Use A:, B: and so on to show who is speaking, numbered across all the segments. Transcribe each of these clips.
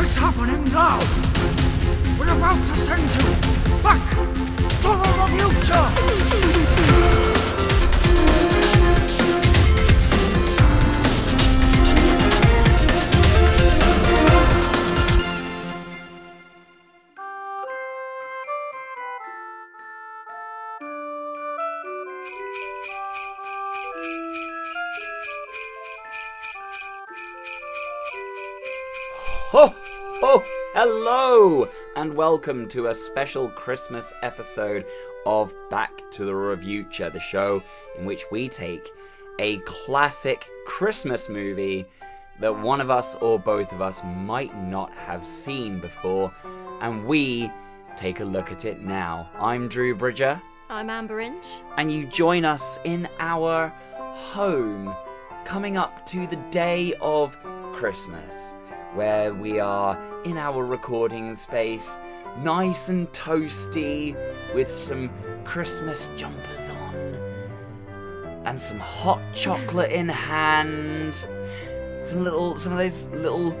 A: is happening now. We're about to send you back to the future.
B: Ho, ho, hello, and welcome to a special Christmas episode of Back to the Revuture, the show in which we take a classic Christmas movie that one of us or both of us might not have seen before, and we take a look at it now. I'm Drew Bridger,
C: I'm Amber Inch.
B: and you join us in our home coming up to the day of Christmas, where we are in our recording space, nice and toasty, with some Christmas jumpers on and some hot chocolate in hand. Some little, some of those little,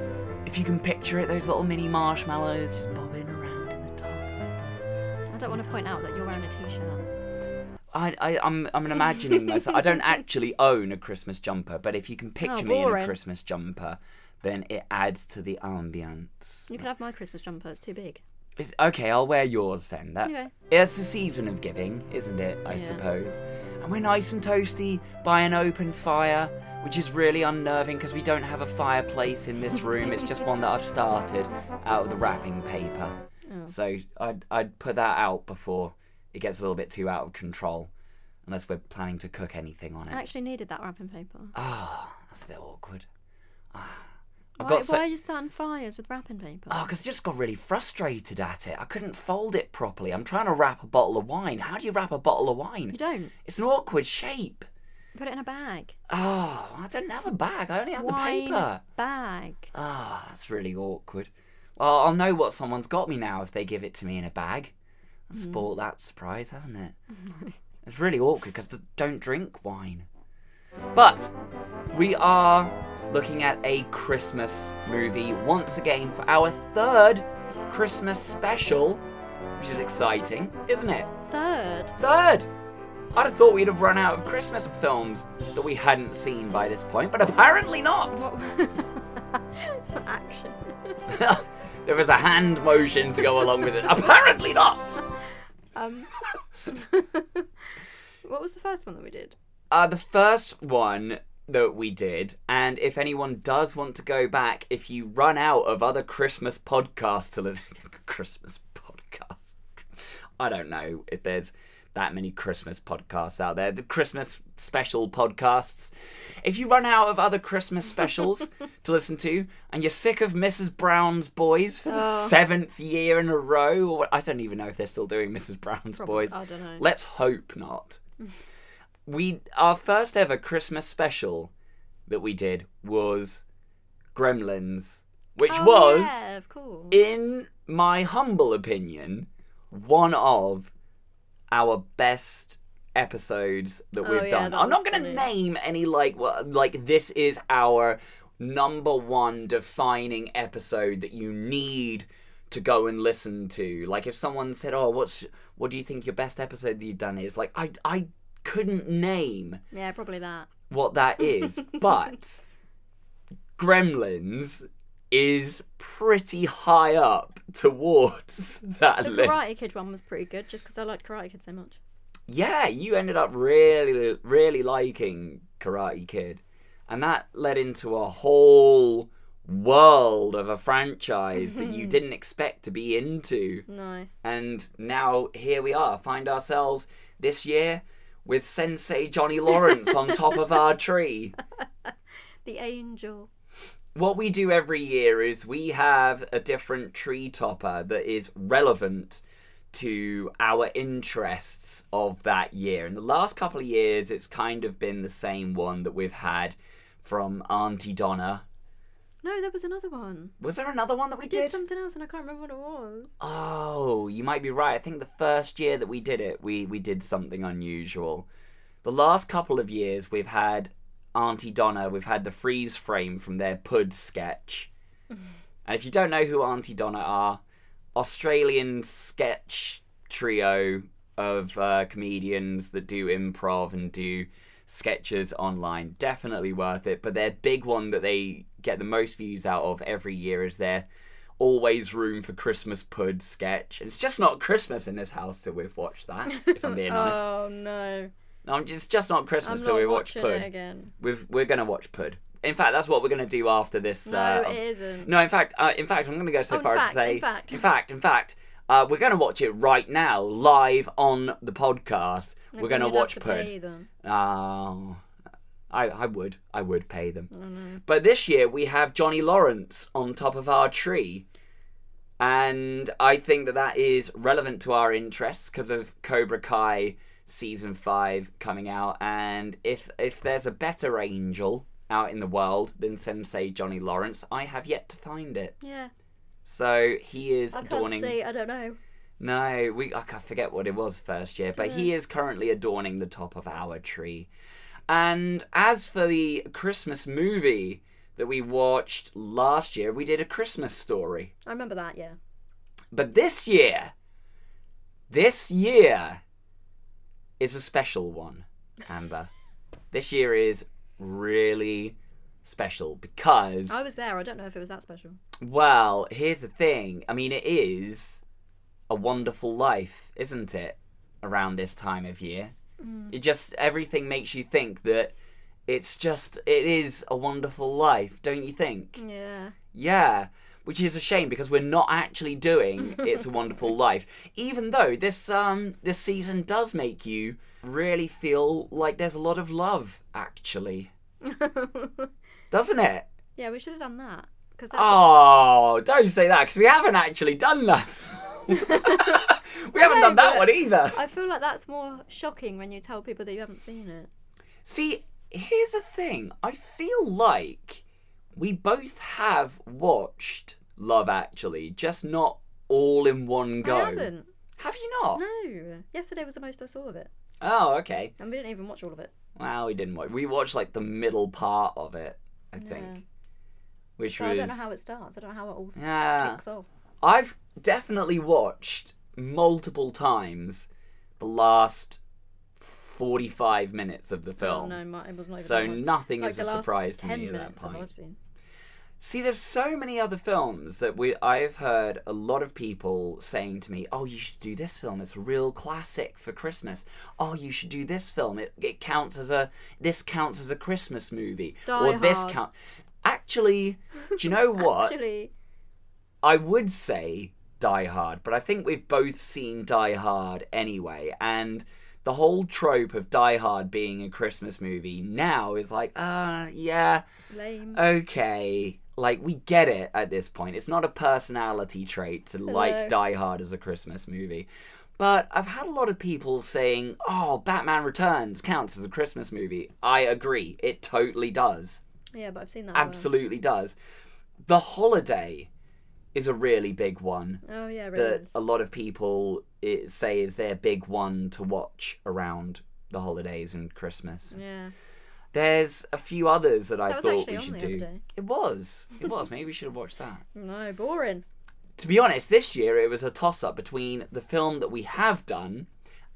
B: if you can picture it, those little mini marshmallows just bobbing around in the top.
C: I don't want to point out that you're wearing a t-shirt.
B: I, I I'm I'm imagining myself. I don't actually own a Christmas jumper, but if you can picture me in a
C: boring.
B: Christmas jumper, then it adds to the ambiance.
C: You can have my Christmas jumper. It's too big.
B: It's, okay, I'll wear yours then. That
C: Okay.
B: it's a season of giving, isn't it? I
C: Yeah.
B: suppose. And we're nice and toasty by an open fire, which is really unnerving because we don't have a fireplace in this room. it's just one that I've started out of the wrapping paper.
C: Oh.
B: So I'd I'd put that out before it gets a little bit too out of control, unless we're planning to cook anything on it.
C: I actually needed that wrapping paper.
B: Ah, that's a bit awkward. Ah, I've
C: Why,
B: got so.
C: why are you starting fires with wrapping paper?
B: Oh, 'cause I just got really frustrated at it. I couldn't fold it properly. I'm trying to wrap a bottle of wine. How do you wrap a bottle of wine?
C: You don't.
B: It's an awkward shape.
C: Put it in a bag.
B: Oh, I don't have a bag. I only have
C: Wine
B: Oh, the paper.
C: bag.
B: Ah, that's really awkward. Well, I'll know what someone's got me now if they give it to me in a bag. That's spoilt that surprise, hasn't it? it's really awkward because I don't drink wine. But we are looking at a Christmas movie once again for our third Christmas special, which is exciting, isn't it?
C: Third.
B: Third! I'd have thought we'd have run out of Christmas films that we hadn't seen by this point, but apparently not!
C: Action.
B: there was a hand motion to go along with it. Apparently not.
C: Um. what was the first one that we did?
B: Uh, the first one that we did, and if anyone does want to go back, if you run out of other Christmas podcasts to listen, Christmas podcasts. I don't know if there's that many Christmas podcasts out there. The Christmas special podcasts. If you run out of other Christmas specials to listen to, and you're sick of Mrs. Brown's Boys for the
C: Oh.
B: seventh year in a row, or what- I don't even know if they're still doing Mrs. Brown's Boys.
C: I don't know.
B: Let's hope not. we our first ever Christmas special that we did was Gremlins, which
C: Oh,
B: was,
C: Yeah, of course.
B: in my humble opinion, one of our best episodes that
C: Oh,
B: we've
C: yeah,
B: done.
C: that
B: I'm not
C: was
B: going to
C: funny.
B: name any like well, like this is our number one defining episode that you need to go and listen to. Like if someone said, "Oh, what's what do you think your best episode that you've done is?" Like I I couldn't name
C: yeah, probably that.
B: what that is, but Gremlins is pretty high up towards that
C: The
B: list.
C: Karate Kid one was pretty good, just because I liked Karate Kid so much.
B: Yeah, you ended up really, really liking Karate Kid, and that led into a whole world of a franchise that
C: Mm-hmm.
B: you didn't expect to be into.
C: No.
B: And now here we are, find ourselves this year with Sensei Johnny Lawrence on top of our tree.
C: The Angel.
B: What we do every year is we have a different tree topper that is relevant to our interests of that year. In the last couple of years, it's kind of been the same one that we've had from Auntie Donna.
C: No, there was another one.
B: Was there another one that we
C: Did,
B: did?
C: something else and I can't remember what it was.
B: Oh, you might be right. I think the first year that we did it, we, we did something unusual. The last couple of years, we've had Auntie Donna, we've had the freeze frame from their Pud sketch. And if you don't know who Auntie Donna are, Australian sketch trio of uh, comedians that do improv and do sketches online. Definitely worth it. But their big one that they get the most views out of every year is their always room for Christmas pud sketch. And it's just not Christmas in this house till we've watched that, if I'm being honest.
C: Oh no,
B: No, it's just not Christmas
C: I'm
B: till
C: not
B: we watch
C: watching
B: pud.
C: it again.
B: We've, we're going to watch pud. In fact, that's what we're going to do after this.
C: No,
B: uh,
C: it isn't.
B: no, in fact, uh, in fact, I'm going to go so
C: Oh, in
B: far as to
C: fact,
B: say,
C: in fact.
B: in fact, in fact, uh, we're going to watch it right now, live on the podcast.
C: I
B: we're going
C: think
B: to
C: you'd have
B: watch
C: to
B: Pud.
C: pay them.
B: Oh, I, I would, I would pay them. But this year we have Johnny Lawrence on top of our tree, and I think that that is relevant to our interests because of Cobra Kai season five coming out. And if if there's a better angel out in the world than Sensei Johnny Lawrence, I have yet to find it.
C: Yeah,
B: So he is
C: I can't
B: adorning.
C: see. I don't know.
B: No, we I can't forget what it was first year, but he is currently adorning the top of our tree. And as for the Christmas movie that we watched last year, we did a Christmas story.
C: I remember that. Yeah.
B: But this year, this year is a special one, Amber. this year is really special because
C: I was there. I don't know if it was that special.
B: well, here's the thing. I mean, it is a wonderful life, isn't it? Around this time of year, it just everything makes you think that it's just it is a wonderful life, don't you
C: Mm.
B: think?
C: Yeah.
B: Yeah, which is a shame because we're not actually doing It's a Wonderful Life. Even though this um this season does make you really feel like there's a lot of love actually. Doesn't it?
C: yeah, we should have done that because that's
B: Oh, don't say that because we haven't actually done that. we haven't done that
C: but-
B: one either.
C: I feel like that's more shocking when you tell people that you haven't seen it.
B: See, here's the thing. I feel like we both have watched Love Actually, just not all in one go.
C: I haven't.
B: Have you not?
C: No. Yesterday was the most I saw of it,
B: Oh, okay.
C: and we didn't even watch all of it.
B: Well, we didn't watch. We watched like the middle part of it, I think.
C: Yeah.
B: Which
C: So
B: was
C: I don't know how it starts. I don't know how it all
B: yeah.
C: kicks off.
B: I've definitely watched multiple times the last 45 minutes of the film.
C: Oh, No, my, it was not even
B: So
C: that much.
B: nothing
C: Like
B: is a
C: the last
B: surprise to
C: 10
B: me at that
C: minutes of what
B: point.
C: I've seen.
B: See, there's so many other films that we I have heard a lot of people saying to me, "Oh, you should do this film. It's a real classic for Christmas. Oh, you should do this film. It, it counts as a this counts as a Christmas movie
C: Die
B: or this
C: Hard.
B: count." Actually, do you know what?
C: Actually,
B: I would say Die Hard, but I think we've both seen Die Hard anyway, and the whole trope of Die Hard being a Christmas movie now is like, uh, yeah, Uh,
C: lame.
B: okay. Like, we get it at this point. It's not a personality trait to like
C: No.
B: Die Hard as a Christmas movie. But I've had a lot of people saying, oh, Batman Returns counts as a Christmas movie. I agree. It totally does
C: yeah, but I've seen that. one.
B: absolutely does. The holiday is a really big one
C: Oh yeah, really.
B: that a lot of people i say is their big one to watch around the holidays and Christmas.
C: Yeah.
B: There's a few others that I
C: That was
B: thought
C: actually
B: we
C: on
B: should
C: the other
B: do.
C: day.
B: It was. It was. Maybe we should have watched that.
C: No, boring.
B: To be honest, this year it was a toss up between the film that we have done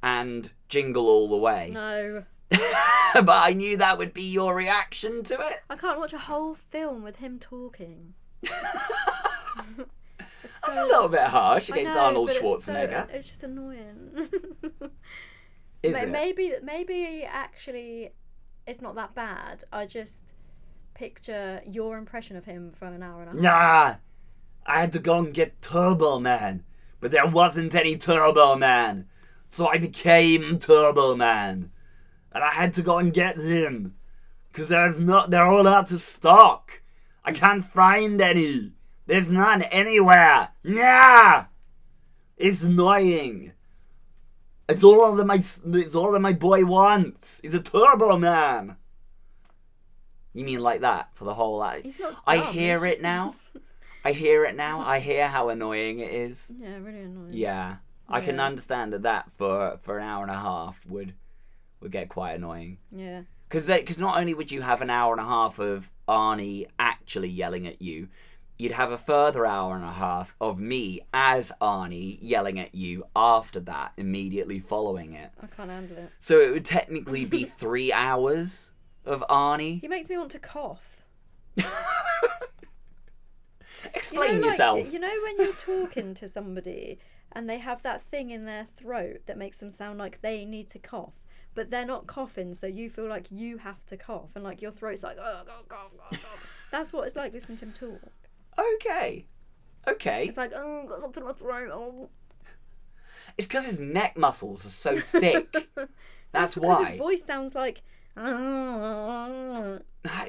B: and Jingle All the Way.
C: No,
B: but I knew that would be your reaction to it.
C: I can't watch a whole film with him talking. It's
B: That's a
C: so-
B: little bit harsh
C: I
B: against
C: know,
B: Arnold
C: but it's so-
B: Schwarzenegger.
C: It's, just annoying.
B: is
C: May-
B: it?
C: maybe maybe actually it's not that bad. I just picture your impression of him from an hour and a half.
B: Nah, I had to go and get Turbo Man, but there wasn't any Turbo Man, so I became Turbo Man, and I had to go and get him, cause there's not they're all out of stock. I can't find any. There's none anywhere. Yeah, it's annoying. It's all that my s- it's all that my boy wants. He's a Turbo Man. You mean like that for the whole? act?
C: He's not
B: I
C: dumb,
B: hear
C: he's
B: it now. I hear it now. I hear how annoying it is.
C: Yeah, really annoying.
B: Yeah, I can
C: Yeah.
B: understand that that for for an hour and a half would would get quite annoying.
C: Yeah.
B: Because because not only would you have an hour and a half of Arnie actually yelling at you, you'd have a further hour and a half of me as Arnie yelling at you after that, immediately following it.
C: I can't handle it.
B: So it would technically be three hours of Arnie.
C: He makes me want to cough. You know,
B: Explain
C: like,
B: yourself.
C: you know when you're talking to somebody and they have that thing in their throat that makes them sound like they need to cough, but they're not coughing, so you feel like you have to cough and like your throat's like oh god cough cough cough. That's what it's like listening to him talk.
B: Okay. Okay.
C: It's like oh I've got something in my throat. Oh.
B: It's because his neck muscles are so thick. That's
C: Because his
B: why.
C: voice sounds like. "Ah." That's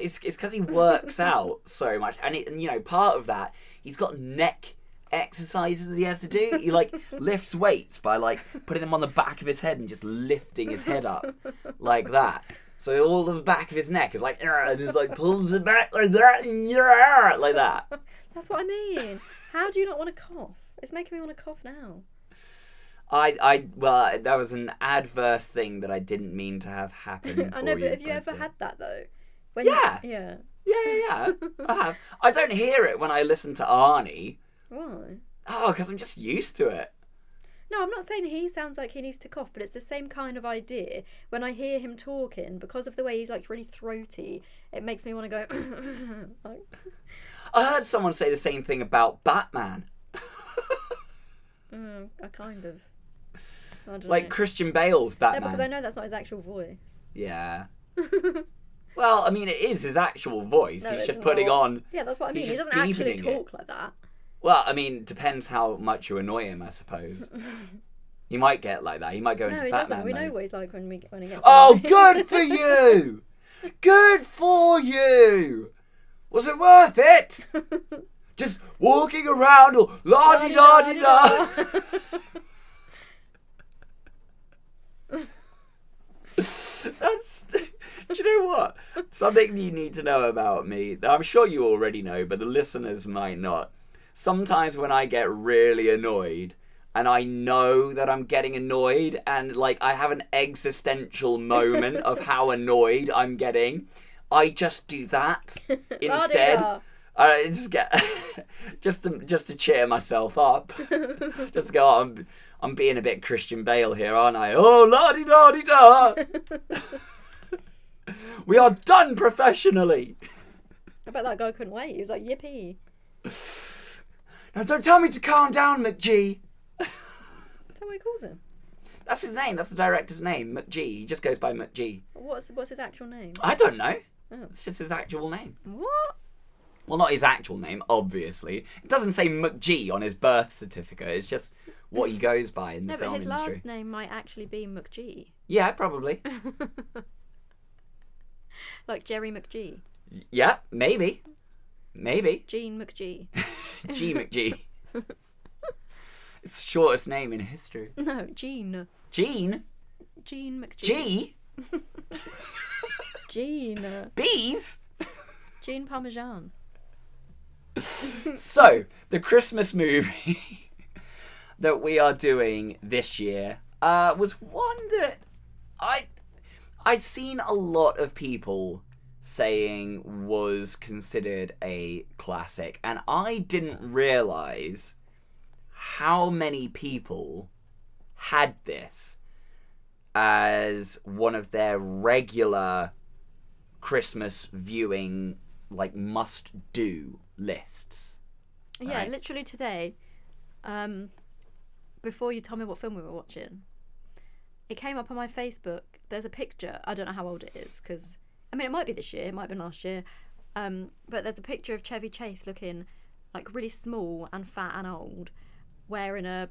B: It's it's because he works out so much, and, it, and you know part of that he's got neck exercises that he has to do. He like lifts weights by like putting them on the back of his head and just lifting his head up like that. So all the back of his neck is like "Argh," and just like pulls it back like that and "Argh," like that.
C: what I mean. How do you not want to cough? It's making me want to cough now.
B: I I well that was an adverse thing that I didn't mean to have happen.
C: I know,
B: for
C: but have you ever
B: it-
C: had that though? When
B: Yeah.
C: You, yeah.
B: Yeah, yeah, yeah. I have. I don't hear it when I listen to Arnie.
C: Why?
B: Oh, because I'm just used to it.
C: No, I'm not saying he sounds like he needs to cough, but it's the same kind of idea. When I hear him talking, because of the way he's like really throaty, it makes me want to go. like,
B: I heard someone say the same thing about Batman.
C: mm, I kind of. I don't
B: Like
C: know.
B: Christian Bale's
C: no,
B: Batman.
C: because I know that's not his actual voice.
B: Yeah. Well, I mean, it is his actual voice.
C: No,
B: he's
C: it's
B: just putting
C: not.
B: on.
C: Yeah, that's what I mean.
B: He's
C: He
B: just
C: doesn't actually
B: deepening it.
C: talk like that.
B: Well, I mean, depends how much you annoy him, I suppose. he might get like that. He might go
C: No,
B: into
C: he
B: Batman.
C: doesn't. We
B: mode.
C: know what he's like when we when he gets.
B: Oh,
C: angry.
B: good for you! Good for you! Was it worth it? Just walking around all la di da di da. That's. Do you know what? Something you need to know about me. that I'm sure you already know, but the listeners might not. Sometimes when I get really annoyed, and I know that I'm getting annoyed, and like I have an existential moment of how annoyed I'm getting, I just do that instead.
C: La-di-da.
B: I just get just to just to cheer myself up. just to go, "Oh, I'm I'm being a bit Christian Bale here, aren't I? Oh la di da di da. We are done professionally.
C: I bet that guy couldn't wait. He was like, "Yippee!"
B: Now don't tell me to calm down, McG.
C: That's how he calls him.
B: That's his name. That's the director's name, McG. He just goes by McG.
C: What's what's his actual name?
B: I don't know.
C: Oh.
B: It's just his actual name.
C: What?
B: Well, not his actual name, obviously. It doesn't say McG on his birth certificate. It's just what he goes by in the
C: No,
B: film
C: but his
B: industry.
C: last name might actually be McGee,
B: Yeah, probably.
C: like Jerry McGee,
B: yeah, maybe. Maybe.
C: Gene McGee.
B: G McG. it's the shortest name in history.
C: No, Gene.
B: Gene?
C: Gene McGee.
B: G?
C: Gene.
B: Bees?
C: Gene Parmesan.
B: so, the Christmas movie that we are doing this year uh, was one that I I'd seen a lot of people saying was considered a classic, and I didn't realize how many people had this as one of their regular Christmas viewing like must do lists.
C: Yeah,
B: Right.
C: literally today, um, before you told me what film we were watching, it came up on my Facebook. There's a picture. I don't know how old it is because I mean it might be this year, it might have been last year, um, but there's a picture of Chevy Chase looking like really small and fat and old, wearing a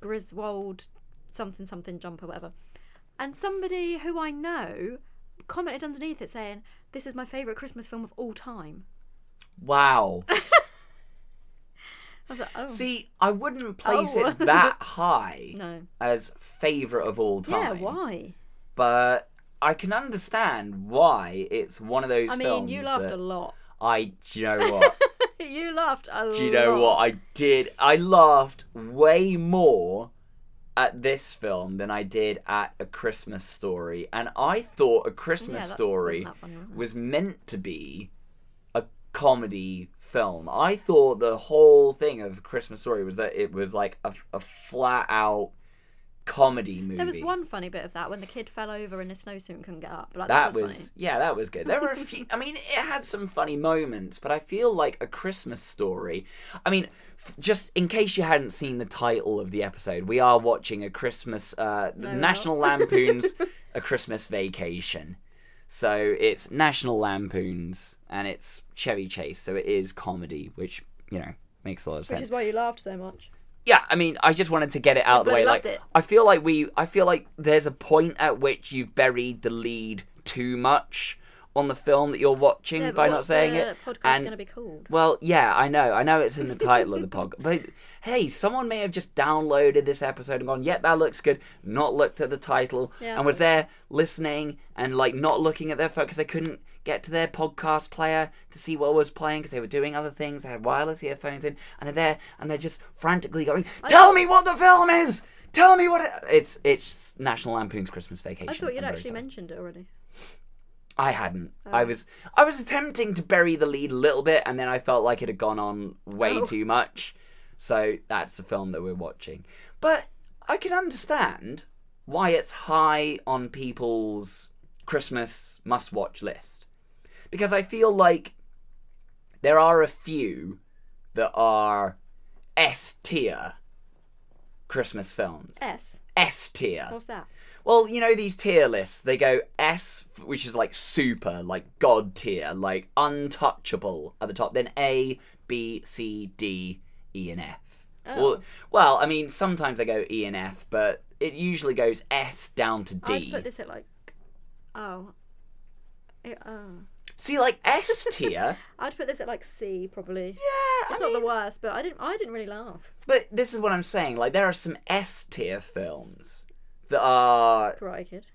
C: Griswold something something jumper whatever, and somebody who I know commented underneath it saying, "This is my favorite Christmas film of all time."
B: Wow.
C: I was like, "Oh
B: See, I wouldn't place
C: Oh.
B: it that high
C: no,
B: as favorite of all
C: yeah,
B: time.
C: why?"
B: But I can understand why it's one of those.
C: I mean, you
B: films
C: laughed
B: that
C: a lot.
B: I do you know what?
C: you laughed a lot.
B: do you know what I did? I laughed way more at this film than I did at A Christmas Story, and I thought A Christmas
C: that's-
B: Story
C: wasn't that funny, was it?
B: was meant to be a comedy film. I thought the whole thing of Christmas Story was that it was like a, a flat out comedy movie.
C: There was one funny bit of that when the kid fell over in a snowsuit and couldn't get up. Like,
B: that
C: that,
B: was,
C: was, funny.
B: yeah, that was good. There were a few. I mean, it had some funny moments, but I feel like a Christmas story. I mean, f- just in case you hadn't seen the title of the episode, we are watching a Christmas, uh, the
C: we're not.
B: National Lampoon's A Christmas Vacation. So it's National Lampoon's and it's Chevy Chase, so it is comedy, which you know makes a lot of sense
C: Which is why you laughed so much.
B: yeah i mean i just wanted to get it out of the way
C: Everybody
B: like
C: loved it.
B: i feel like we i feel like there's a point at which you've buried the lead too much on the film that you're watching
C: Yeah, but
B: by not
C: what's
B: saying
C: the
B: it
C: Podcast
B: and
C: going to be called.
B: well yeah i know i know it's in the title of the podcast but hey someone may have just downloaded this episode and gone yeah that looks good not looked at the title
C: Yeah,
B: and
C: that's
B: was there listening and like not looking at their phone because they couldn't get to their podcast player to see what was playing because they were doing other things. They had wireless earphones in, and they're there and they're just frantically going, "Tell me what the film is! Tell me what it... it's." It's National Lampoon's Christmas Vacation.
C: I thought you'd
B: I'm very
C: actually
B: sorry.
C: mentioned it already.
B: I hadn't. I was I was attempting to bury the lead a little bit, and then I felt like it had gone on way
C: Oh.
B: too much. So that's the film that we're watching. But I can understand why it's high on people's Christmas must-watch list because I feel like there are a few that are S tier Christmas films.
C: S.
B: S tier.
C: What's that?
B: Well, you know these tier lists. They go S, which is like super, like god tier, like untouchable at the top. Then A, B, C, D, E, and F.
C: Oh.
B: Well, well, I mean, sometimes they go E and F, but it usually goes S down to
C: I'd
B: D.
C: put this at like. Oh. It, oh.
B: See, like S tier.
C: I'd put this at like C probably.
B: yeah,
C: It's
B: I
C: not
B: mean,
C: the worst, but I didn't. I didn't really laugh.
B: but this is what I'm saying. Like, there are some S tier films that are
C: Karate Kid.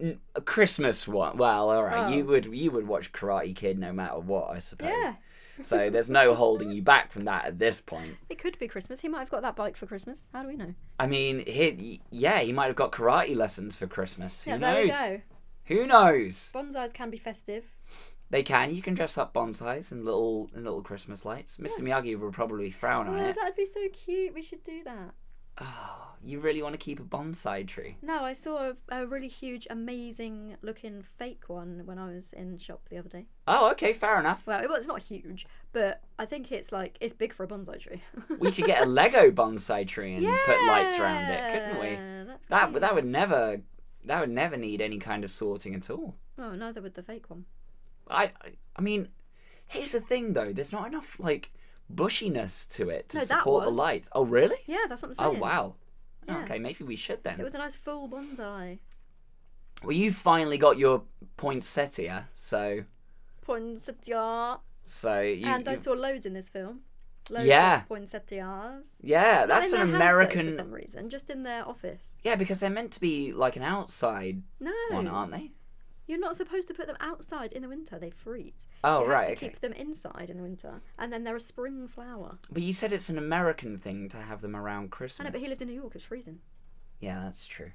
B: n- a Christmas one. Well, all right,
C: Oh.
B: you would you would watch Karate Kid no matter what, I suppose.
C: Yeah.
B: So there's no holding you back from that at this point.
C: It could be Christmas. He might have got that bike for Christmas. How do we know?
B: I mean, he, yeah, he might have got karate lessons for Christmas. Who
C: yeah, there
B: knows?
C: we go.
B: Who knows?
C: Bonsais can be festive.
B: They can. You can dress up bonsais in little in little Christmas lights. Mr. Miyagi would probably frown on
C: Oh,
B: it.
C: that'd be so cute. We should do that.
B: Oh, you really want to keep a bonsai tree?
C: No, I saw a, a really huge, amazing looking fake one when I was in shop the other day.
B: Oh, okay, fair enough.
C: Well, it, well, it's not huge, but I think it's like it's big for a bonsai tree.
B: We could get a Lego bonsai tree and put lights around it, couldn't we?
C: Yeah, That's
B: That
C: cute.
B: that would never that would never need any kind of sorting at all.
C: Oh, neither would the fake one.
B: I I mean, here's the thing though. There's not enough like bushiness to it to
C: No, that
B: support the
C: was.
B: lights. Oh really?
C: Yeah, that's what I'm
B: Oh
C: saying.
B: wow.
C: Yeah.
B: Okay, maybe we should then.
C: It was a nice full bonsai.
B: Well, you finally got your poinsettia, so
C: Poinsettia.
B: so you.
C: and I
B: you-
C: saw loads in this film. Loads
B: Yeah.
C: of poinsettias.
B: yeah,
C: Not
B: that's
C: in
B: an
C: their house, though,
B: American.
C: for some reason, just in their office.
B: Yeah, because they're meant to be like an outside
C: No,
B: one, aren't they?
C: you're not supposed to put them outside in the winter; they freeze.
B: Oh
C: you
B: right,
C: have to
B: okay.
C: keep them inside in the winter, and then they're a spring flower.
B: But you said it's an American thing to have them around Christmas.
C: I know, but he lived in New York; it's freezing.
B: Yeah, that's true.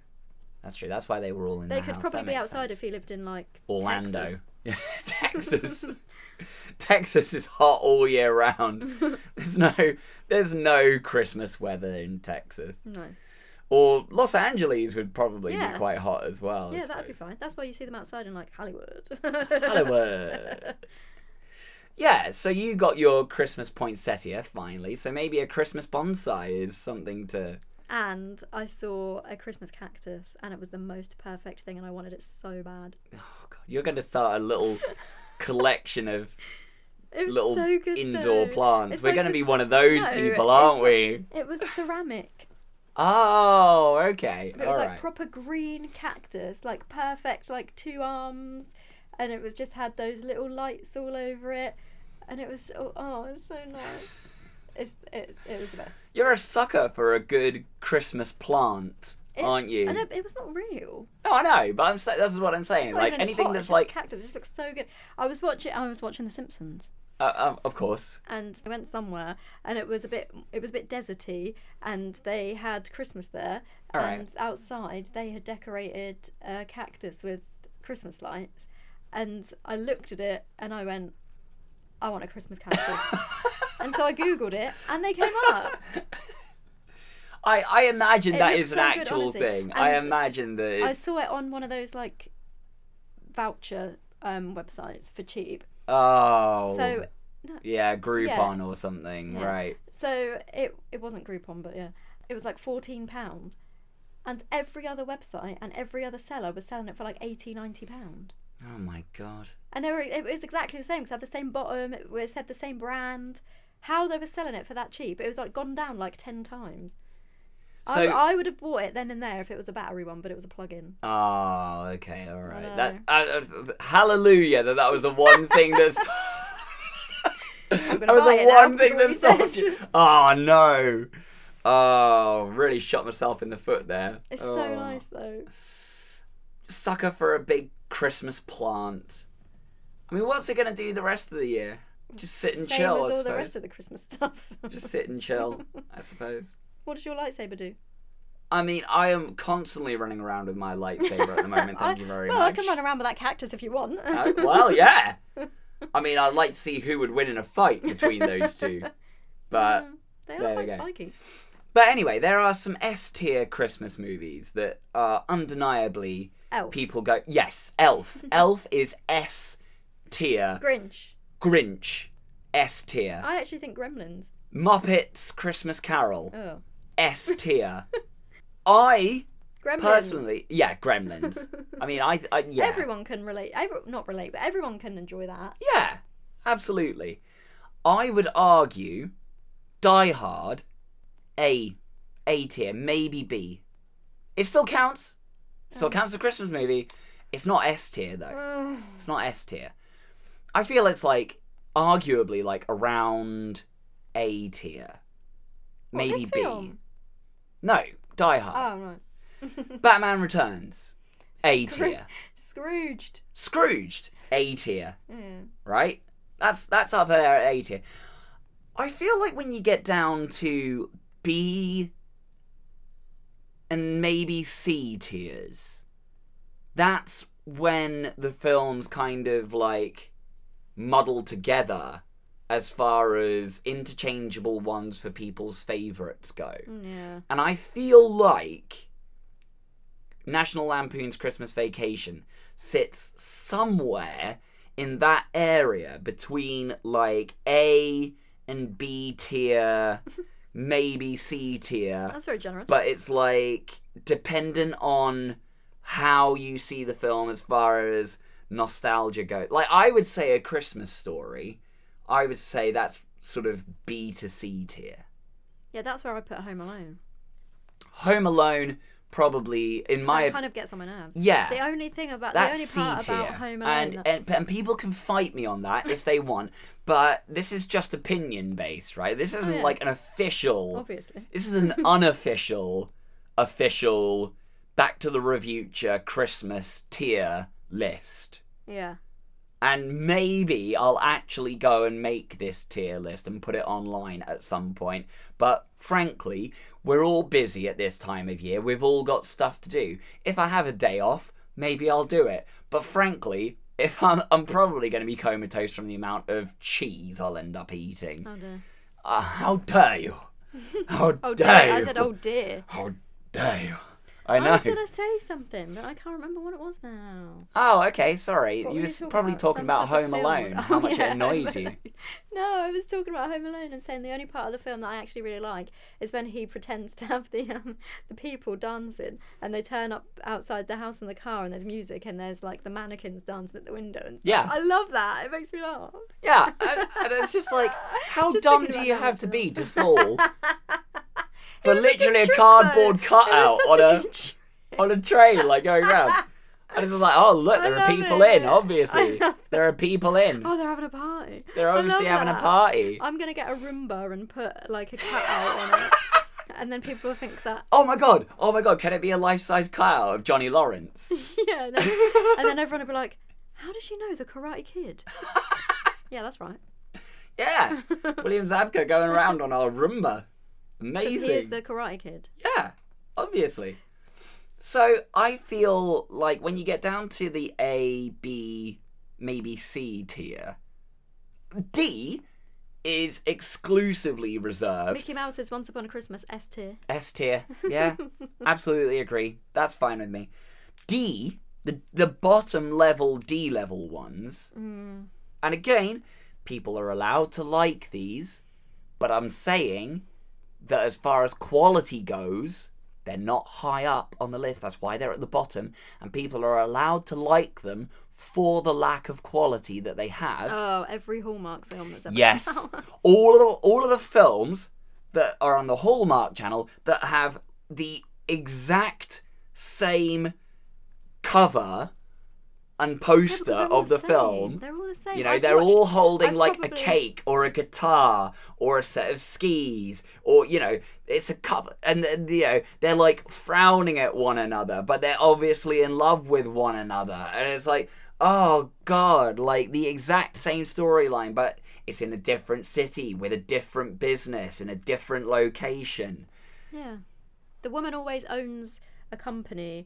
B: That's true. That's why they were all in
C: They
B: the
C: could
B: house.
C: probably
B: That
C: be
B: makes
C: outside
B: sense.
C: if he lived in like
B: Orlando.
C: Texas.
B: Yeah, Texas. Texas is hot all year round. There's no there's no Christmas weather in Texas.
C: No,
B: Or Los Angeles would probably be
C: Yeah.
B: quite hot as well. I
C: yeah, that'd be
B: suppose.
C: fine. That's why you see them outside in like Hollywood.
B: Hollywood. yeah, so you got your Christmas poinsettia finally, so maybe a Christmas bonsai is something to
C: and I saw a Christmas cactus, and it was the most perfect thing, and I wanted it so bad.
B: Oh god, you're gonna start a little collection of
C: It was
B: little
C: so good.
B: indoor
C: though.
B: plants.
C: It's
B: We're
C: like
B: gonna
C: a-
B: be one of those
C: No,
B: people,
C: it's
B: aren't
C: like-
B: we?
C: It was ceramic.
B: Oh, okay.
C: But it
B: All
C: was like
B: right.
C: proper green cactus, like perfect, like two arms, and it was just had those little lights all over it, and it was oh, oh it was so nice. It's, it's it was the best.
B: You're a sucker for a good Christmas plant,
C: It's-
B: aren't you?
C: And it, it was not real.
B: no, I know, but I'm sa- that's what I'm
C: It's
B: saying.
C: not
B: Like
C: even in a
B: anything
C: pot,
B: that's
C: it's just a
B: like,
C: cactus. It just looks so good. I was watching. I was watching The Simpsons.
B: uh, uh, of course.
C: and they went somewhere and it was a bit it was a bit deserty and they had christmas there
B: All right.
C: and outside they had decorated a cactus with christmas lights and i looked at it and i went I want a Christmas castle. and so I googled it, and they came up.
B: I, I imagine
C: It
B: that
C: looks
B: is an
C: so good,
B: actual
C: honestly.
B: thing. I
C: And
B: imagine that
C: I
B: it's,
C: saw it on one of those like voucher um, websites for cheap.
B: oh
C: So
B: yeah Groupon or something,
C: Yeah.
B: right?
C: so it it wasn't Groupon, but yeah, it was like fourteen pound, and every other website and every other seller was selling it for like 80 90 pound.
B: Oh my god.
C: And they were, it was exactly the same because had the same bottom, it was had the same brand. How they were selling it for that cheap? It was like gone down like ten times. I,
B: So-
C: I would have bought it then and there if it was a battery one, but it was a plug-in.
B: Oh, okay, all
C: I
B: right.
C: know.
B: That uh, uh, hallelujah that that was the one thing that's. that
C: gonna
B: was
C: buy
B: the
C: it now
B: one thing that
C: because of what
B: stopped
C: you
B: you. Oh no! Oh, really shot myself in the foot there.
C: It's
B: Oh.
C: so nice though.
B: Sucker for a big Christmas plant. I mean, what's it gonna do the rest of the year? Just sit and
C: Same
B: chill,
C: as
B: I
C: all
B: suppose.
C: the rest of the Christmas stuff.
B: Just sit and chill, I suppose.
C: what does your lightsaber do?
B: I mean, I am constantly running around with my lightsaber at the moment. Thank
C: I-
B: you very
C: well,
B: much.
C: I can run around with that cactus if you want.
B: Uh, well, yeah. I mean, I'd like to see who would win in a fight between those two. But
C: Mm. they
B: Uh, there
C: are
B: we
C: quite
B: go.
C: spiky.
B: but anyway, there are some S tier Christmas movies that are undeniably
C: Elf.
B: people go yes, Elf. Elf is S tier.
C: Grinch.
B: Grinch, S tier.
C: I actually think Gremlins.
B: Muppets Christmas Carol,
C: Oh,
B: S tier. I
C: Gremlins.
B: personally, yeah, Gremlins. I mean, I, I yeah.
C: everyone can relate. Every, not relate, but everyone can enjoy that.
B: Yeah, absolutely. I would argue Die Hard A A tier, maybe B. It still counts. Still
C: Mm.
B: counts as a Christmas movie. It's not S tier though.
C: Ugh.
B: It's not S tier. I feel it's like arguably like around A tier.
C: What,
B: Maybe
C: this
B: B.
C: film?
B: No, Die Hard.
C: Oh right.
B: Batman Returns. A
C: Scroo-
B: tier.
C: Scrooged.
B: Scrooged. A tier.
C: Yeah.
B: right? That's that's up there at A tier. I feel like when you get down to B and maybe C tiers, that's when the films kind of like muddle together as far as interchangeable ones for people's favourites go.
C: Mm, Yeah.
B: And I feel like National Lampoon's Christmas Vacation sits somewhere in that area between like A and B tier, maybe C tier,
C: That's very generous.
B: but it's like dependent on how you see the film as far as nostalgia goes. Like I would say a Christmas story, I would say that's sort of B to C tier.
C: yeah, that's where I put Home Alone.
B: Home Alone probably in my
C: That kind of gets on my nerves.
B: yeah
C: The only thing about the only
B: that's C
C: part
B: tier
C: about Home Alone
B: and,
C: that-
B: and and people can fight me on that if they want but this is just opinion based right this isn't
C: yeah.
B: like an official
C: obviously.
B: this is an unofficial official back to the refuture Christmas tier list
C: Yeah.
B: and maybe I'll actually go and make this tier list and put it online at some point. But frankly, we're all busy at this time of year. We've all got stuff to do. If I have a day off, maybe I'll do it. But frankly, if I'm, I'm probably going to be comatose from the amount of cheese I'll end up eating.
C: Oh dear.
B: Uh, how dare you? How
C: Oh dear.
B: dare you?
C: I said, oh dear.
B: How dare you? I
C: I
B: know.
C: was gonna say something, but I can't remember what it was now.
B: Oh, okay. Sorry,
C: What
B: you
C: were
B: were
C: you
B: s-
C: talking
B: probably
C: about?
B: talking
C: Some
B: about
C: type of
B: Home
C: film
B: Alone
C: was-
B: and how
C: Oh,
B: much
C: yeah,
B: it
C: Home
B: annoys you.
C: No, I was talking about Home Alone and saying the only part of the film that I actually really like is when he pretends to have the um, the people dancing and they turn up outside the house in the car and there's music and there's like the mannequins dancing at the window and stuff.
B: Yeah.
C: I love that. It makes me laugh.
B: Yeah, and, and it's just like, how
C: Just
B: dumb
C: thinking
B: do
C: about
B: you
C: that
B: have
C: as
B: to
C: well.
B: be to fall for
C: was a good
B: literally a
C: trick,
B: cardboard
C: though.
B: cutout
C: It was
B: on
C: such a
B: a
C: good trick.
B: on a train, like going round? And it's just like, oh look,
C: I
B: there are
C: love
B: people
C: it.
B: in. Obviously,
C: I love
B: there are people in.
C: Oh, they're having a party.
B: They're
C: I
B: obviously
C: love
B: having a
C: that.
B: party.
C: I'm gonna get a Roomba and put like a cutout on it, and then people will think that
B: Oh my god! Oh my god! Can it be a life-size cutout of Johnny Lawrence?
C: yeah, no. and then everyone will be like, "How does she know the Karate Kid?" yeah, that's right.
B: Yeah, William Zabka going around on our Roomba.
C: 'Cause
B: Amazing.
C: He is the Karate Kid.
B: Yeah, obviously. So I feel like when you get down to the A, B, maybe C tier, D is exclusively reserved.
C: Mickey Mouse is Once Upon a Christmas S tier.
B: S tier. Yeah, absolutely agree. That's fine with me. D, the the bottom level D level ones. And again, people are allowed to like these, but I'm saying that as far as quality goes, they're not high up on the list. That's why they're at the bottom, and people are allowed to like them for the lack of quality that they have.
C: Oh, every Hallmark film that's ever
B: Yes. all of the, all of the films that are on the Hallmark channel that have the exact same cover and
C: Yeah, because
B: poster
C: they're all
B: of the
C: same.
B: film.
C: They're all the same.
B: You know,
C: I've
B: they're
C: watched-
B: all holding
C: I've
B: like a
C: probably-
B: cake or a guitar or a set of skis or you know, it's a cover and then, you know, they're like frowning at one another, but they're obviously in love with one another. And it's like, oh god, like the exact same storyline but it's in a different city with a different business in a different location.
C: Yeah. The woman always owns a company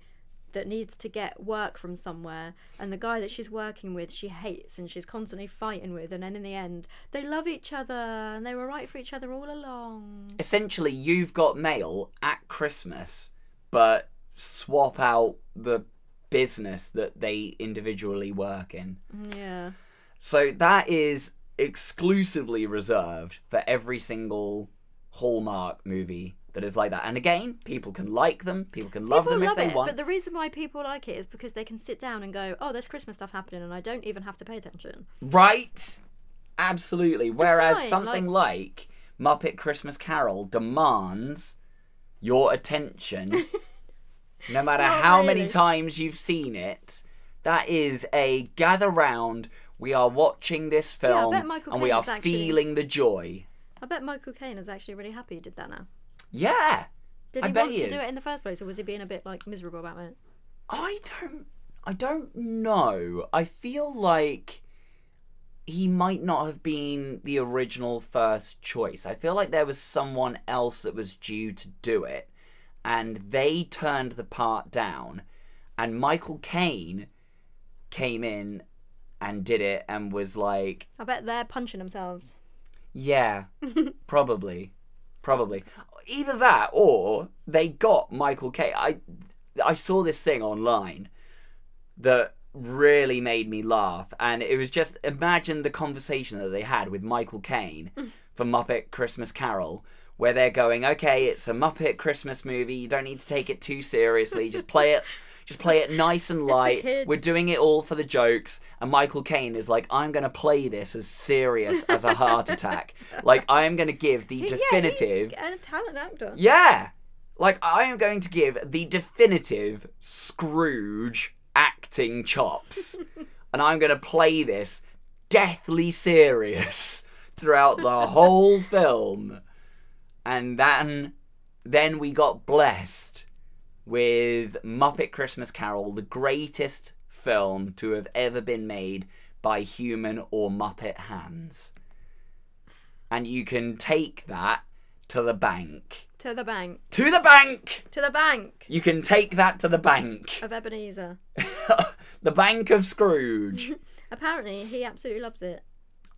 C: that needs to get work from somewhere, and the guy that she's working with she hates and she's constantly fighting with, and then in the end, they love each other and they were right for each other all along.
B: Essentially, you've got mail at Christmas, but swap out the business that they individually work in.
C: Yeah.
B: So that is exclusively reserved for every single Hallmark movie that is like that. And again, people can like them, people can love
C: People
B: them if
C: love
B: they
C: it,
B: want.
C: But the reason why people like it is because they can sit down and go, oh, there's Christmas stuff happening, and I don't even have to pay attention.
B: Right? Absolutely. Whereas
C: fine,
B: something like... Muppet Christmas Carol demands your attention no matter
C: Not
B: how many
C: really.
B: times you've seen it. That is a gather round. We are watching this
C: I
B: film
C: bet Michael
B: and we
C: Caine
B: are
C: is actually-
B: feeling the joy.
C: I bet Michael Caine is actually really happy he did that now.
B: Yeah.
C: Did
B: I
C: he
B: bet
C: want
B: he
C: to do
B: is.
C: it in the first place, or was he being a bit like miserable about it?
B: I don't I don't know. I feel like he might not have been the original first choice. I feel like there was someone else that was due to do it and they turned the part down and Michael Caine came in and did it and was like
C: I bet they're punching themselves.
B: yeah, probably, probably. Either that or they got Michael K. I I saw this thing online that really made me laugh, and it was just imagine the conversation that they had with Michael Caine for Muppet Christmas Carol. Where they're going, okay, it's a Muppet Christmas movie. You don't need to take it too seriously. Just play it, just play it nice and light.
C: kids.
B: We're doing it all for the jokes. And Michael Caine is like, I'm gonna play this as serious as a heart attack. Like I am gonna give the definitive
C: Yeah, he's a talent actor.
B: yeah. Like, I am going to give the definitive Scrooge acting chops. and I'm going to play this deathly serious throughout the whole film. And then, then we got blessed with Muppet Christmas Carol, the greatest film to have ever been made by human or Muppet hands. And you can take that to the bank
C: To the bank.
B: to the bank.
C: To the bank
B: You can take that to the bank.
C: of Ebenezer.
B: the bank of Scrooge.
C: Apparently, he absolutely loves it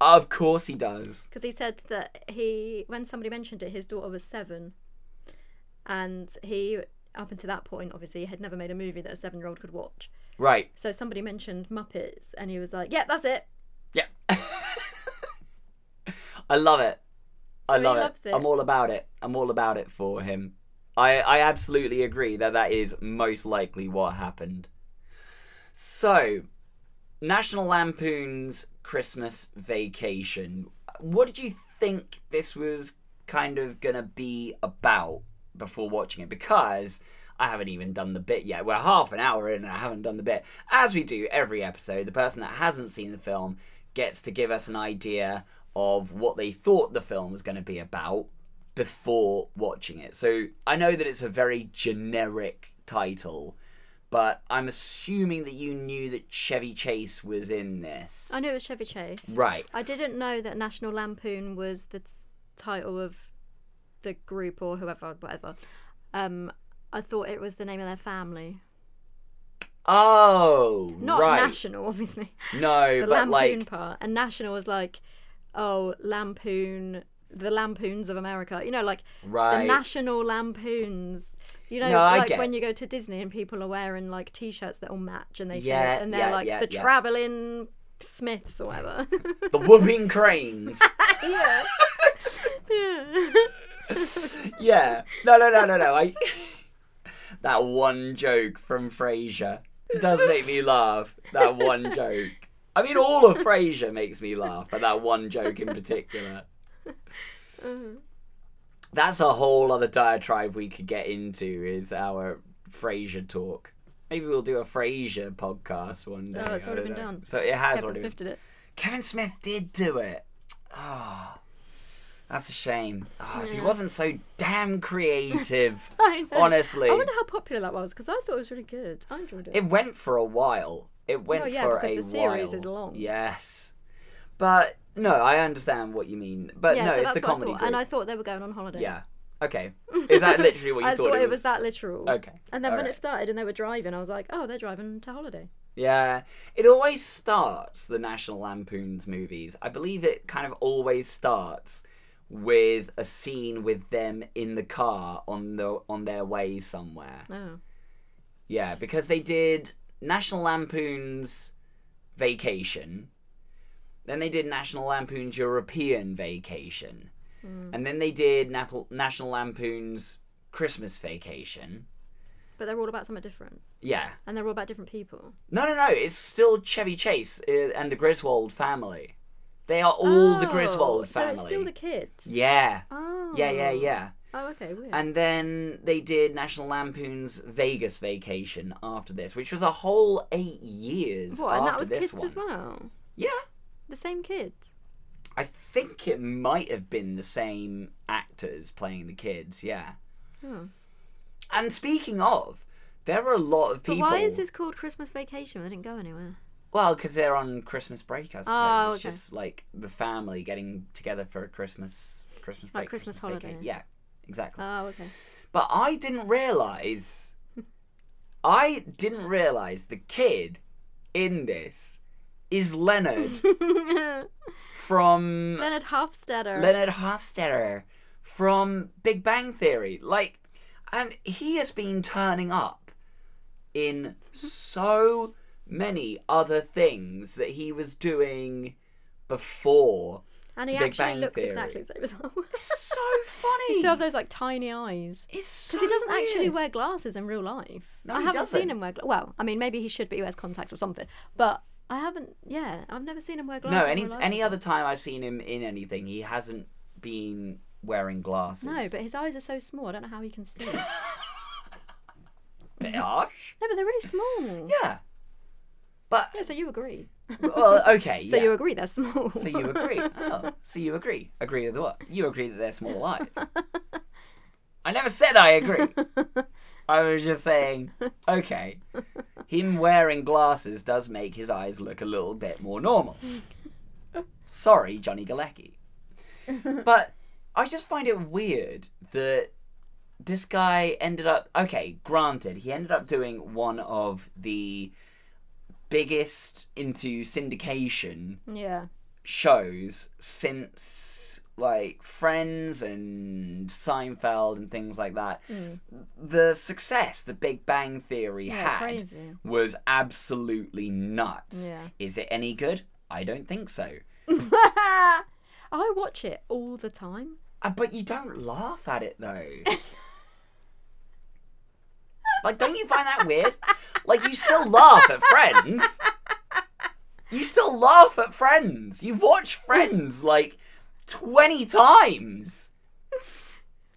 B: of course he does.
C: because he said that he, when somebody mentioned it, his daughter was seven, and he, up until that point, obviously, had never made a movie that a seven-year-old could watch.
B: Right.
C: So somebody mentioned Muppets, and he was like, "Yeah, that's it."
B: Yeah. I love it. I
C: So he
B: love
C: loves
B: it.
C: it.
B: I'm all about it. I'm all about it for him. I I absolutely agree that that is most likely what happened. So, National Lampoon's Christmas Vacation. What did you think this was kind of going to be about before watching it? Because I haven't even done the bit yet. We're half an hour in and I haven't done the bit. As we do every episode, the person that hasn't seen the film gets to give us an idea of what they thought the film was going to be about before watching it. So, I know that it's a very generic title but I'm assuming that you knew that Chevy Chase was in this.
C: I knew it was Chevy Chase.
B: Right.
C: I didn't know that National Lampoon was the t- title of the group or whoever, whatever. Um, I thought it was the name of their family.
B: Oh,
C: Not
B: right. Oh,
C: national, obviously.
B: no,
C: The
B: but
C: Lampoon
B: like
C: part. And national was like, oh, lampoon, the lampoons of America. You know, like the
B: Right.
C: national lampoons. You know,
B: No, I
C: like
B: get-
C: when you go to Disney and people are wearing like T-shirts that all match, and they say,
B: Yeah,
C: and they're
B: yeah,
C: like
B: yeah,
C: the
B: yeah.
C: traveling Smiths or whatever.
B: The whooping cranes.
C: yeah.
B: yeah. No, no, no, no, no. I... that one joke from Frasier does make me laugh. That one joke. I mean, all of Frasier makes me laugh, but that one joke in particular. That's a whole other diatribe we could get into. Is our Frasier talk? Maybe we'll do a Frasier podcast one day.
C: Oh, it's
B: I
C: already
B: don't
C: been
B: know.
C: done.
B: So it has
C: Kevin
B: already been
C: Smith did it.
B: Kevin Smith did do it. Oh, that's a shame. Oh, If he
C: Yeah.
B: wasn't so damn creative,
C: I know.
B: honestly,
C: I wonder how popular that was because I thought it was really good. I enjoyed it.
B: it went for a while. It went
C: yeah,
B: for
C: because
B: a
C: the series
B: while.
C: is long.
B: Yes, but no, I understand what you mean. But
C: yeah,
B: no,
C: so
B: it's
C: that's
B: the
C: what
B: comedy
C: I thought.
B: group.
C: And I thought they were going on holiday.
B: Yeah. Okay. Is that literally what you
C: I
B: thought,
C: it was that literal.
B: Okay,
C: And then when
B: alright.
C: it started and they were driving, I was like, oh, they're driving to holiday.
B: Yeah, it always starts the National Lampoon's movies. I believe it kind of always starts with a scene with them in the car on the on their way somewhere.
C: Oh.
B: Yeah, because they did National Lampoon's Vacation, then they did National Lampoon's European Vacation, and then they did Nap- National Lampoon's Christmas Vacation.
C: But they're all about something different.
B: Yeah,
C: And they're all about different people.
B: No, no, no. It's still Chevy Chase uh, and the Griswold family. They are all the
C: Oh,
B: Griswold family.
C: So it's still the kids.
B: Yeah.
C: Oh.
B: Yeah, yeah, yeah.
C: Oh, okay, weird.
B: And then they did National Lampoon's Vegas Vacation after this, which was a whole eight years
C: what?
B: after
C: And that was
B: this
C: kids
B: one.
C: as well.
B: Yeah.
C: The same kids.
B: I think it might have been the same actors playing the kids, yeah.
C: Oh.
B: And speaking of, there are a lot of
C: But
B: people.
C: why is this called Christmas Vacation? They didn't go anywhere.
B: Well, because they're on Christmas break, I suppose.
C: Oh,
B: It's
C: okay.
B: just like the family getting together for a Christmas Christmas break.
C: Like Christmas
B: vacation.
C: holiday.
B: Yeah, exactly.
C: Oh, okay.
B: but I didn't realise. I didn't realise the kid in this is Leonard from
C: Leonard Hofstadter.
B: Leonard Hofstadter from Big Bang Theory. Like, and he has been turning up in so many other things that he was doing before.
C: and he
B: Big
C: actually
B: Bang
C: looks
B: Theory.
C: exactly the same as well.
B: It's so funny.
C: He still have those like tiny eyes.
B: it's so
C: Because he doesn't actually
B: weird.
C: wear glasses in real life.
B: No,
C: I
B: he
C: haven't
B: doesn't.
C: seen him wear glasses. Well, I mean, maybe he should, but he wears contacts or something. But I haven't, yeah, I've never seen him wear glasses.
B: No,
C: in
B: any
C: real life.
B: any other time I've seen him in anything, he hasn't been wearing glasses.
C: No, but his eyes are so small. I don't know how he can see. no,
B: Bit harsh.
C: but they're really small.
B: Yeah. But
C: Yeah, so you agree.
B: well, okay.
C: So
B: yeah.
C: you agree they're small.
B: So you agree? Oh, so you agree? Agree with what? You agree that they're small eyes. I never said I agree. I was just saying, okay, him wearing glasses does make his eyes look a little bit more normal. Sorry, Johnny Galecki. But I just find it weird that this guy ended up. Okay, granted, he ended up doing one of the biggest into syndication
C: yeah.
B: shows since like Friends and Seinfeld and things like that, the success the Big Bang Theory
C: Mm. Yeah,
B: had
C: crazy.
B: was absolutely nuts.
C: Yeah.
B: Is it any good? I don't think so.
C: I watch it all the time.
B: Uh, but you don't laugh at it though. like, don't you find that weird? Like, you still laugh at Friends. You still laugh at Friends. You've watched Friends like 20 times.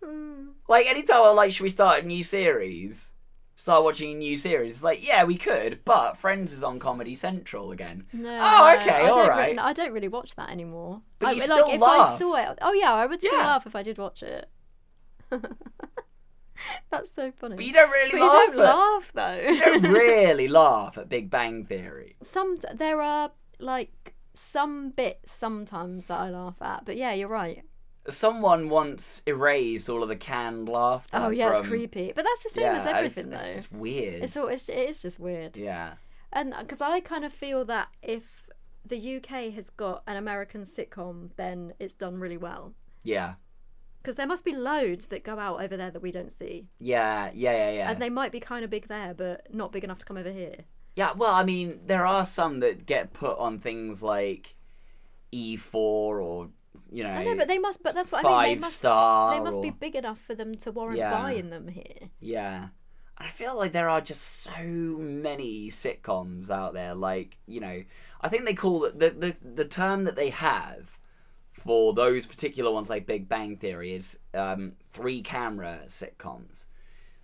C: Hmm.
B: Like, anytime I'm like, should we start a new series? Start watching a new series. It's like, yeah, we could, but Friends is on Comedy Central again.
C: No.
B: oh,
C: I
B: okay,
C: don't
B: all
C: re-
B: right.
C: I don't really watch that anymore.
B: But
C: I,
B: you
C: like,
B: still
C: if
B: laugh.
C: I saw it, oh yeah, I would still
B: Yeah.
C: laugh if I did watch it. That's so funny.
B: But you don't really
C: But
B: laugh.
C: you don't
B: at-
C: laugh though.
B: You don't really laugh at Big Bang Theory.
C: Some there are like some bits sometimes that I laugh at, but yeah, you're right.
B: Someone once erased all of the canned laughter.
C: Oh yeah,
B: Uh, from-
C: it's creepy, but that's the same
B: Yeah,
C: as
B: it's-
C: everything
B: it's,
C: though.
B: just weird.
C: It's all it's, it is just weird. uh,
B: Yeah,
C: And because I kind of feel that if the UK has got an American sitcom, then it's done really well.
B: Yeah.
C: Because there must be loads that go out over there that we don't see.
B: Yeah, yeah, yeah, yeah.
C: And they might be kind of big there, but not big enough to come over here.
B: yeah, well, I mean, there are some that get put on things like E4 or, you know.
C: I know, but they must. But that's what I mean. They
B: Five
C: must.
B: star
C: they must be
B: or-
C: big enough for them to warrant
B: Yeah.
C: buying them here.
B: Yeah. And I feel like there are just so many sitcoms out there. Like, you know, I think they call it the, the, the term that they have for those particular ones, like Big Bang Theory, is um, three camera sitcoms.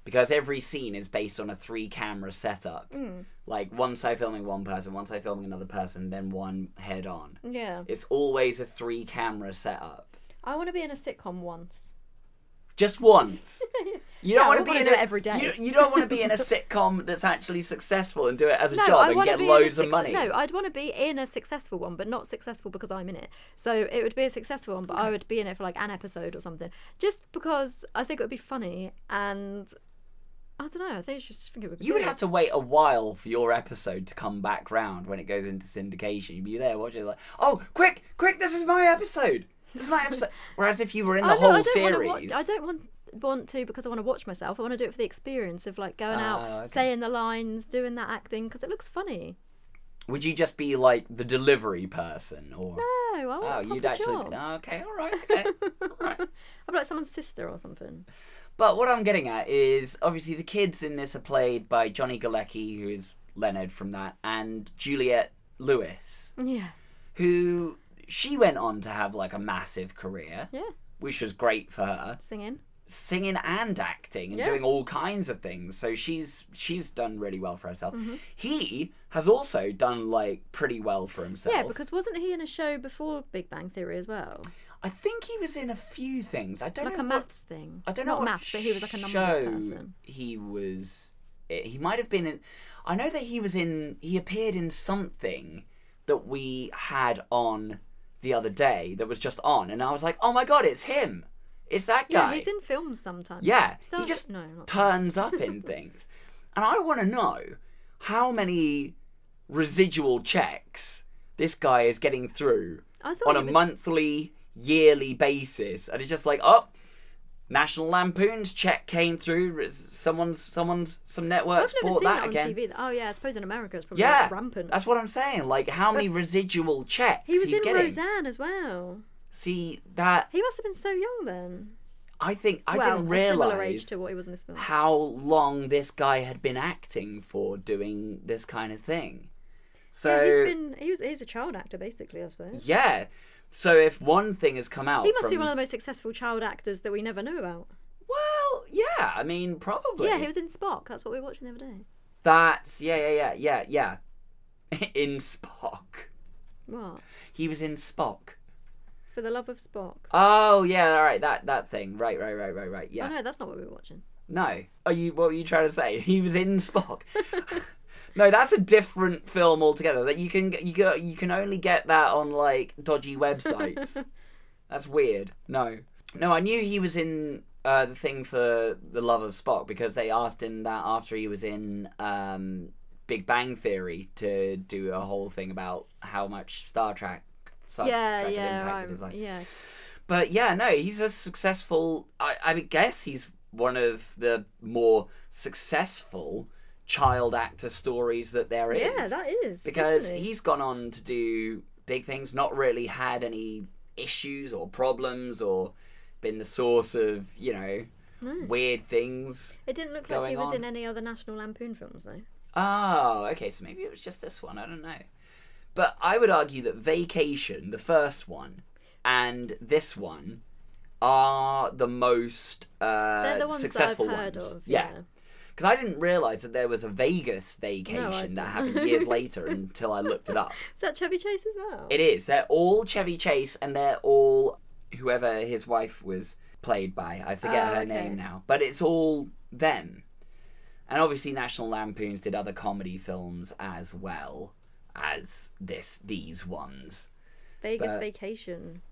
B: Because every scene is based on a three camera setup. Like, one side filming one person, one side filming another person, then one head on.
C: Yeah,
B: It's always a three camera setup.
C: I want to be in a sitcom once.
B: Just once. You don't
C: Yeah, I
B: want to
C: would
B: be
C: wanna
B: in
C: do
B: a-
C: it every day.
B: You, you don't want to be in a sitcom that's actually successful and do it as a
C: No,
B: job
C: I
B: and
C: want to
B: get
C: be
B: loads
C: in a
B: of
C: suc-
B: money.
C: No, I'd want to be in a successful one, but not successful because I'm in it. So it would be a successful one, but I would be in it for like an episode or something, just because I think it would be funny and I don't know. I think I just think it would. Be
B: you would
C: good.
B: have to wait a while for your episode to come back round when it goes into syndication. You'd be there watching it like, oh, quick, quick, this is my episode. This is my episode. Whereas if you were in the
C: I
B: whole
C: know, I don't wanna
B: series,
C: Watch, I don't want want to because I want to watch myself. I want to do it for the experience of like going out,
B: Ah, okay.
C: saying the lines, doing that acting because it looks funny.
B: would you just be like the delivery person or?
C: No, I want
B: Oh,
C: a
B: you'd
C: proper
B: actually.
C: job.
B: oh, okay, all right, okay, all right.
C: I'm like someone's sister or something.
B: But what I'm getting at is obviously the kids in this are played by Johnny Galecki, who is Leonard from that, and Juliet Lewis,
C: Yeah,
B: who she went on to have like a massive career,
C: yeah,
B: which was great for her,
C: singing.
B: singing and acting and
C: Yeah.
B: doing all kinds of things. So she's she's done really well for herself.
C: Mm-hmm.
B: He has also done like pretty well for himself.
C: Yeah, because wasn't he in a show before Big Bang Theory as well?
B: I think he was in a few things. I don't
C: Like
B: know
C: a
B: what-
C: maths thing.
B: I don't know
C: Not
B: what
C: maths, but he was like a numbers
B: show
C: person.
B: He was. eh, He might have been in. I know that he was in. He appeared in something that we had on the other day that was just on, and I was like, "Oh my god, it's him! It's that
C: Yeah,
B: guy!"
C: he's in films sometimes.
B: Yeah,
C: Star-
B: he just
C: no, not
B: turns up in things, and I want to know how many residual checks this guy is getting through
C: I thought
B: on
C: he
B: a
C: was-
B: monthly, yearly basis, and it's just like, oh, National Lampoon's check came through. Someone's, someone's, some
C: I've
B: networks
C: never
B: bought
C: seen
B: that
C: it on
B: again.
C: TV. Oh yeah, I suppose in America it's probably
B: Yeah,
C: like rampant.
B: that's what I'm saying. Like, how many residual checks
C: He was
B: he's
C: in
B: getting?
C: Roseanne as well.
B: See that?
C: He must have been so young then.
B: I think I
C: well,
B: didn't
C: a
B: realize
C: similar age to what he was in this film.
B: how long this guy had been acting for doing this kind of thing. So
C: yeah, he's been he was he's a child actor basically, I suppose.
B: yeah. so if one thing has come out,
C: He must
B: from,
C: be one of the most successful child actors that we never knew about.
B: well, yeah, I mean, probably.
C: Yeah, he was in Spock. That's what we were watching the other day.
B: That's yeah, yeah, yeah, yeah, yeah. in Spock,
C: What?
B: he was in Spock.
C: For the love of Spock.
B: Oh yeah, all right, that that thing. Right, right, right, right, right.
C: Oh
B: Yeah.
C: no, that's not what we were watching.
B: No, are you? What were you trying to say? He was in Spock. no, that's a different film altogether. That you can you go you can only get that on like dodgy websites. that's weird. No, no, I knew he was in. Uh, the thing for the love of Spock because they asked him that after he was in um, Big Bang Theory to do a whole thing about how much Star Trek, Star
C: yeah,
B: Trek had
C: yeah, um,
B: impacted
C: right,
B: his life.
C: yeah.
B: But yeah, no, he's a successful. I, I would guess he's one of the more successful child actor stories that there is.
C: Yeah, that is
B: because
C: definitely.
B: he's gone on to do big things, not really had any issues or problems or been the source of, you know, weird things.
C: It didn't look like
B: going
C: he was
B: on. Uh,
C: in any other National Lampoon films though.
B: Oh, okay, so maybe it was just this one. I don't know. But I would argue that Vacation, the first one, and this one are the most uh,
C: They're the ones
B: successful
C: that I've heard
B: ones.
C: of.
B: yeah. Because I didn't realise that there was a Vegas
C: No, I
B: vacation that
C: didn't.
B: happened years later until I looked it up.
C: Is that Chevy Chase as well?
B: It is. They're all Chevy Chase and they're all whoever his wife was played by. I forget
C: Oh,
B: her
C: okay.
B: name now. But it's all them. And obviously National Lampoons did other comedy films as well as this these ones.
C: Vegas
B: but-
C: Vacation.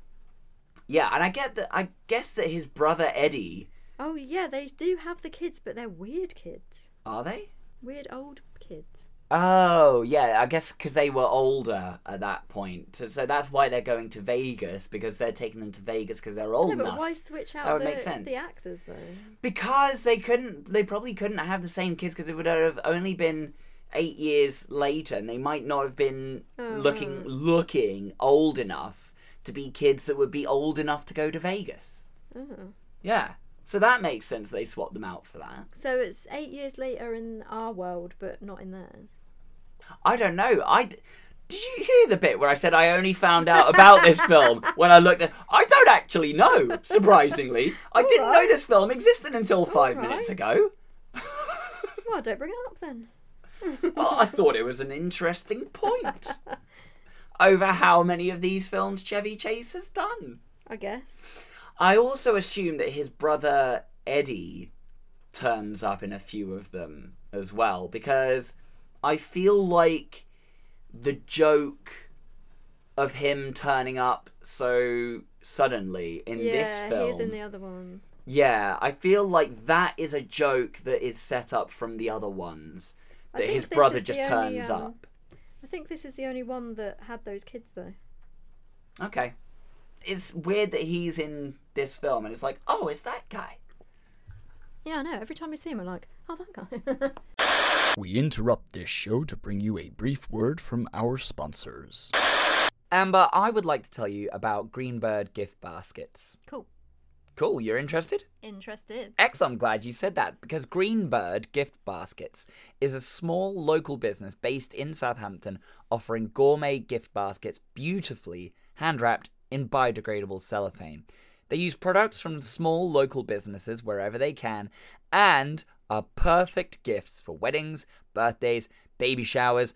B: Yeah, and I get that I guess that his brother Eddie
C: Oh yeah, they do have the kids, but they're weird kids.
B: are they?
C: Weird old kids.
B: Oh, yeah, I guess because they were older at that point. So, so that's why they're going to Vegas, because they're taking them to Vegas because they're old
C: No, but
B: enough.
C: why switch out
B: That would
C: the,
B: make sense.
C: the actors though?
B: Because they couldn't, they probably couldn't have the same kids because it would have only been eight years later and they might not have been
C: Oh,
B: looking,
C: right.
B: looking old enough to be kids that would be old enough to go to Vegas.
C: Oh.
B: Yeah. So that makes sense they swapped them out for that.
C: So it's eight years later in our world, but not in theirs.
B: I don't know. I d- did you hear the bit where I said I only found out about this film when I looked at? I don't actually know. Surprisingly, I didn't know
C: right.
B: this film existed until five
C: All
B: minutes
C: right.
B: ago.
C: Well, don't bring it up then.
B: Well, I thought it was an interesting point over how many of these films Chevy Chase has done.
C: I guess.
B: I also assume that his brother Eddie turns up in a few of them as well because I feel like the joke of him turning up so suddenly in
C: yeah,
B: this
C: he
B: film.
C: was in the other one.
B: Yeah, I feel like that is a joke that is set up from the other ones
C: I
B: that
C: think
B: his
C: this
B: brother
C: is the
B: just
C: only,
B: turns
C: um,
B: up.
C: I think this is the only one that had those kids though.
B: Okay. It's weird that he's in this film and it's like, "Oh, it's that guy."
C: Yeah, I know. Every time I see him, I'm like, oh, that guy.
D: We interrupt this show to bring you a brief word from our sponsors.
B: Amber, I would like to tell you about Greenbird gift baskets.
C: cool.
B: Cool, you're interested?
C: Interested.
B: X, I'm glad you said that because Greenbird Gift Baskets is a small local business based in Southampton offering gourmet gift baskets beautifully hand wrapped in biodegradable cellophane. They use products from small local businesses wherever they can and are perfect gifts for weddings, birthdays, baby showers,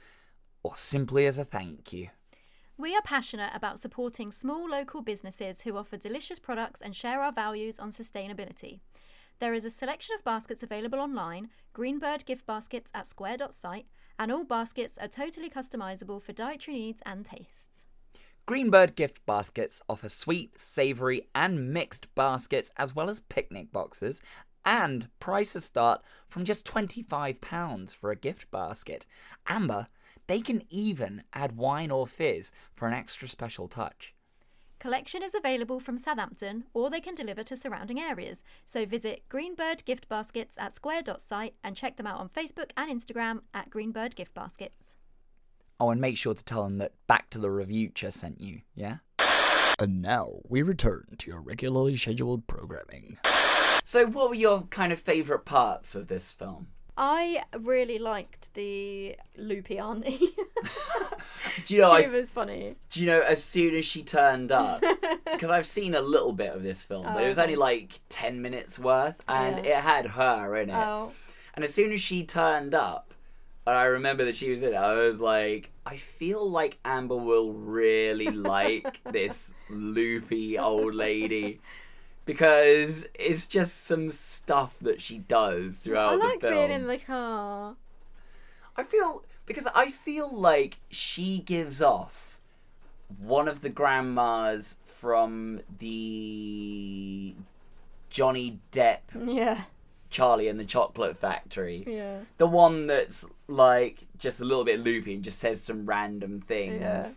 B: or simply as a thank you.
E: We are passionate about supporting small local businesses who offer delicious products and share our values on sustainability. There is a selection of baskets available online, Greenbird gift baskets at square.site, and all baskets are totally customizable for dietary needs and tastes.
B: Greenbird gift baskets offer sweet, savoury, and mixed baskets as well as picnic boxes, and prices start from just £25 for a gift basket. Amber, they can even add wine or fizz for an extra special touch.
E: Collection is available from Southampton or they can deliver to surrounding areas, so visit Greenbird gift baskets at square.site and check them out on Facebook and Instagram at Greenbird gift baskets.
B: Oh, and make sure to tell them that Back to the Revuture sent you, yeah?
D: And now we return to your regularly scheduled programming.
B: So, what were your kind of favourite parts of this film?
C: I really liked the loopy auntie.
B: Do you know,
C: she
B: I,
C: was funny.
B: do you know as soon as she turned up, because I've seen a little bit of this film, but it was
C: Oh,
B: only like 10 minutes worth, and
C: Yeah.
B: it had her in it.
C: Oh,
B: And as soon as she turned up, and I remember that she was in it, I was like, I feel like Amber will really like this loopy old lady. Because it's just some stuff that she does throughout
C: I like
B: Oh, the film.
C: being in the car.
B: I feel because I feel like she gives off one of the grandmas from the Johnny Depp
C: Yeah,
B: Charlie and the Chocolate Factory.
C: yeah.
B: The one that's like just a little bit loopy and just says some random things.
C: Yeah.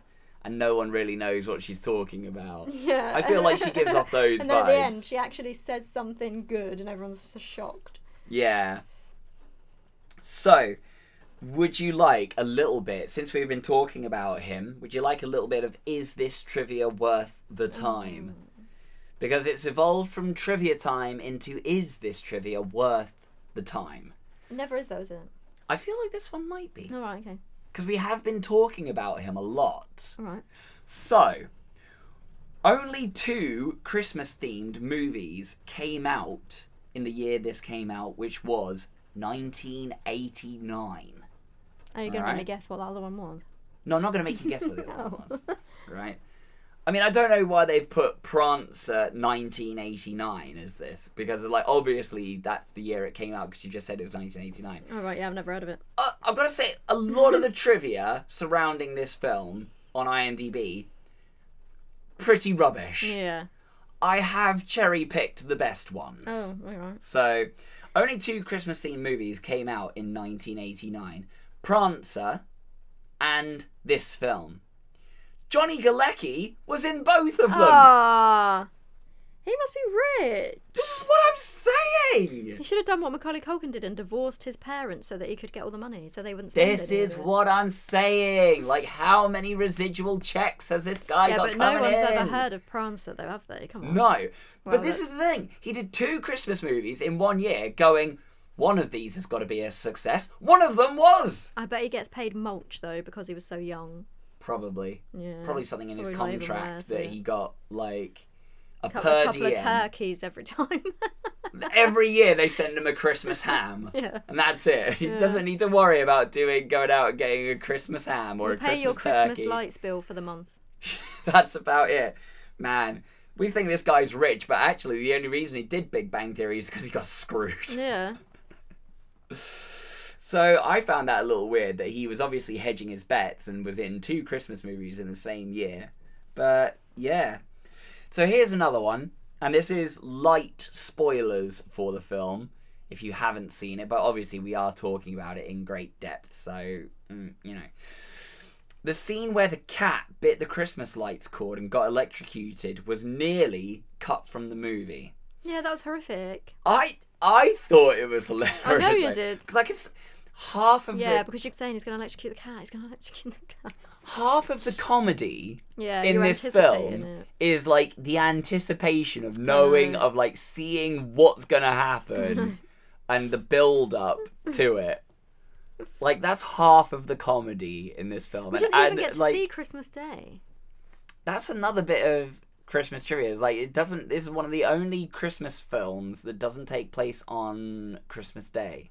B: And no one really knows what she's talking about.
C: Yeah.
B: I feel like she gives off those
C: and then at the end,
B: vibes.
C: she actually says something good, and everyone's so shocked.
B: Yeah. So, would you like a little bit, since we've been talking about him, would you like a little bit of is this trivia worth the time? Because it's evolved from trivia time into is this trivia worth the time?
C: Never is though, is it?
B: I feel like this one might be.
C: All right, okay,
B: Because we have been talking about him a lot.
C: all right.
B: So, only two Christmas themed movies came out in the year this came out, which was 1989.
C: Are you gonna
B: All
C: make
B: right.
C: me guess what the other one was? Oh.
B: No, I'm not going to make you guess what the other one was. Right? I mean, I don't know why they've put Prancer 1989 as this, because, like, obviously that's the year it came out, because you just said it was 1989.
C: All right, yeah, I've never heard of it.
B: uh, I've got to say, a lot of the trivia surrounding this film on IMDb, pretty rubbish.
C: Yeah.
B: I have cherry picked the best ones.
C: Oh, all right.
B: So, only two Christmas themed movies came out in 1989 Prancer, and this film. Johnny Galecki was in both of them.
C: Ah, he must be rich.
B: This is what I'm saying.
C: He should have done what Macaulay Culkin did and divorced his parents so that he could get all the money, so they wouldn't. spend
B: This
C: any of
B: is
C: it.
B: what I'm saying. Like, how many residual checks has this guy
C: Yeah,
B: got
C: but no
B: coming
C: one's
B: in?
C: ever heard of Prancer, though, have they? Come on.
B: No.
C: Well,
B: but this is the thing. He did two Christmas movies in one year, going, one of these has got to be a success. One of them was.
C: I bet he gets paid mulch though because he was so young.
B: Probably.
C: Yeah,
B: probably something in
C: it's
B: his
C: probably not even
B: contract
C: worth
B: that
C: it.
B: he got, like, a
C: Couple,
B: per
C: couple of
B: diem.
C: turkeys every time.
B: Every year they send him a Christmas ham.
C: Yeah.
B: And that's it. He doesn't need to worry about doing going out and getting a Christmas ham or a
C: We'll pay
B: Christmas
C: your Christmas
B: turkey.
C: lights bill for the month.
B: That's about it. Man, we think this guy's rich, but actually the only reason he did Big Bang Theory is because he got screwed.
C: Yeah.
B: So I found that a little weird that he was obviously hedging his bets and was in two Christmas movies in the same year. But yeah. So here's another one, and this is light spoilers for the film if you haven't seen it, but obviously we are talking about it in great depth, so mm, you know. The scene where the cat bit the Christmas lights cord and got electrocuted was nearly cut from the movie.
C: Yeah, that was horrific.
B: I I thought it was hilarious.
C: I know you did.
B: because I could. s- Half of
C: Yeah,
B: the
C: because you keep saying he's going to electrocute the cat. He's going to electrocute the cat.
B: half of the comedy
C: Yeah,
B: in
C: you were
B: this
C: anticipating
B: film
C: it. Uh-huh.
B: is like the anticipation of knowing, of like seeing what's gonna happen, and the build up to it. Like that's half of the comedy in this film,
C: We
B: and,
C: didn't even
B: and,
C: get to
B: like
C: see Christmas Day.
B: that's another bit of Christmas trivia. Is like it doesn't. This is one of the only Christmas films that doesn't take place on Christmas Day.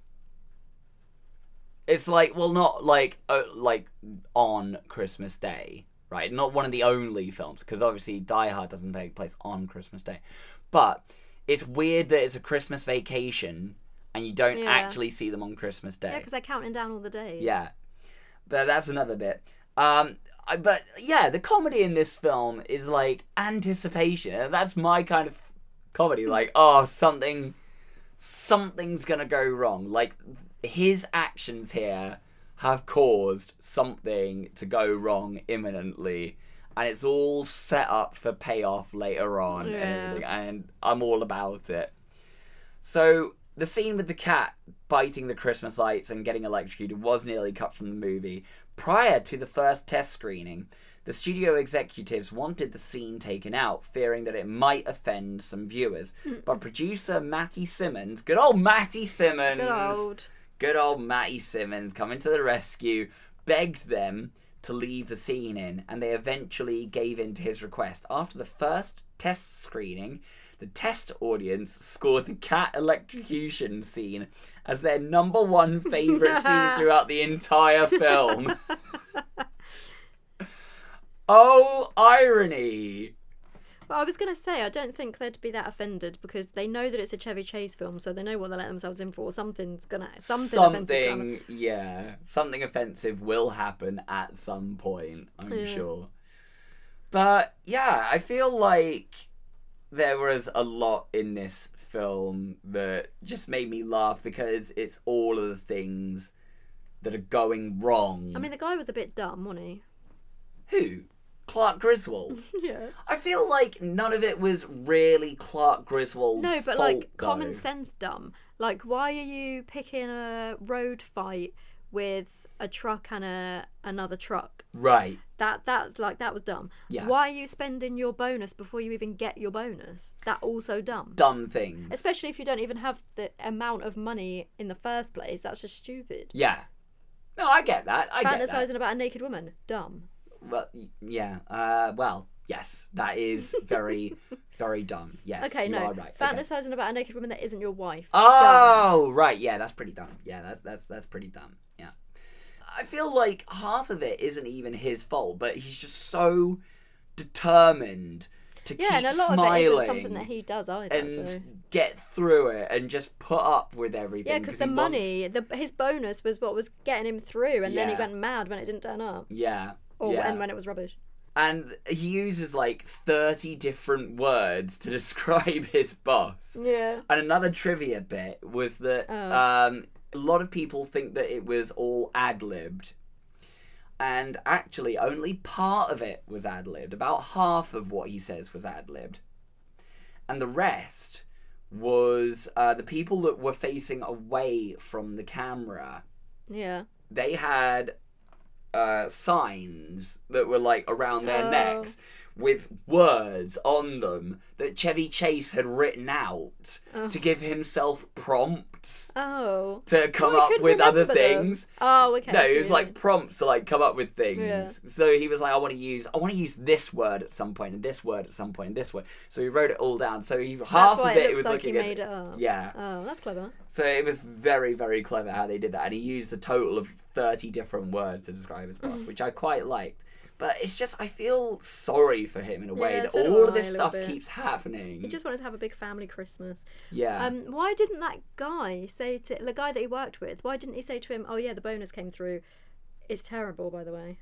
B: It's like well, not like uh, like on Christmas Day, right? Not one of the only films because obviously Die Hard doesn't take place on Christmas Day, but it's weird that it's a Christmas vacation and you don't
C: Yeah.
B: actually see them on Christmas Day.
C: Yeah, because they're counting down all the days.
B: Yeah, but that's another bit. Um, I- but yeah, the comedy in this film is like anticipation, and that's my kind of comedy. Like, oh, something, something's gonna go wrong. Like, his actions here have caused something to go wrong imminently. And it's all set up for payoff later on
C: Yeah.
B: and everything, and I'm all about it. So the scene with the cat biting the Christmas lights and getting electrocuted was nearly cut from the movie. Prior to the first test screening, the studio executives wanted the scene taken out, fearing that it might offend some viewers. But producer Matty Simmons, Hmm. good old Matty Simmons,
C: Good old.
B: good old Matty Simmons coming to the rescue, begged them to leave the scene in, and they eventually gave in to his request. After the first test screening, the test audience scored the cat electrocution scene as their number one favourite scene throughout the entire film. oh, irony!
C: But I was going to say, I don't think they'd be that offended because they know that it's a Chevy Chase film, so they know what they let themselves in for. Something's going to. Something. offensive's gonna happen.
B: something yeah something offensive will happen at some point i'm
C: Yeah.
B: sure but yeah i feel like there was a lot in this film that just made me laugh because it's all of the things that are going wrong
C: I mean, the guy was a bit dumb, wasn't he?
B: who clark griswold
C: Yeah.
B: i feel like none of it was really clark griswold's
C: No, but
B: fault,
C: like
B: though.
C: common sense dumb. Like, why are you picking a road fight with a truck and a another truck?
B: right
C: That that's like that was dumb.
B: Yeah.
C: Why are you spending your bonus before you even get your bonus? That also dumb.
B: dumb things
C: Especially if you don't even have the amount of money in the first place. That's just stupid.
B: yeah no i get that i get that.
C: Fantasizing about a naked woman, dumb.
B: Well, y- yeah. Uh, well, yes, that is very, very dumb. Yes,
C: okay,
B: you
C: no.
B: are right. Okay.
C: Fantasizing about a naked woman that isn't your wife.
B: Oh, right. Yeah, that's pretty dumb. Yeah, that's that's that's pretty dumb. Yeah. I feel like half of it isn't even his fault, but he's just so determined to
C: yeah,
B: keep
C: and a lot
B: smiling
C: of it isn't something that he does either.
B: and
C: so.
B: get through it and just put up with everything.
C: Yeah, because the
B: he wants-
C: money, the, his bonus was what was getting him through, and then he
B: Yeah.
C: went mad when it didn't turn up,
B: Yeah.
C: or
B: yeah.
C: and when it was rubbish.
B: and he uses like 30 different words to describe his boss.
C: Yeah.
B: And another trivia bit was that
C: Oh.
B: um, A lot of people think that it was all ad libbed. And actually, only part of it was ad libbed. About half of what he says was ad libbed. And the rest was uh, the people that were facing away from the camera
C: Yeah.
B: they had uh, signs that were like around their
C: Oh.
B: necks with words on them that Chevy Chase had written out to give himself prompts
C: Oh.
B: to come
C: Oh, I
B: up
C: couldn't
B: with other
C: remember them.
B: things.
C: Oh, okay.
B: No,
C: I see
B: it was
C: what
B: like
C: you
B: prompts to like come up with things.
C: Yeah.
B: So he was like, I want to use, I want to use this word at some point, and this word at some point, and this word. So he wrote it all down. So he, half
C: why
B: of it,
C: it
B: it
C: looks
B: was
C: like he
B: looking at,
C: made it up.
B: yeah.
C: mean. Oh, that's clever.
B: So it was very, very clever how they did that, and he used a total of thirty different words to describe his
C: Mm.
B: boss, which I quite liked. But it's just I feel sorry for him in a way
C: Yeah,
B: that
C: so do
B: all of
C: I,
B: this
C: a little
B: stuff
C: bit.
B: keeps happening.
C: He just wanted to have a big family Christmas.
B: yeah,
C: Um, why didn't that guy say to the guy that he worked with? Why didn't he say to him, "Oh yeah, the bonus came through. It's terrible, by the way."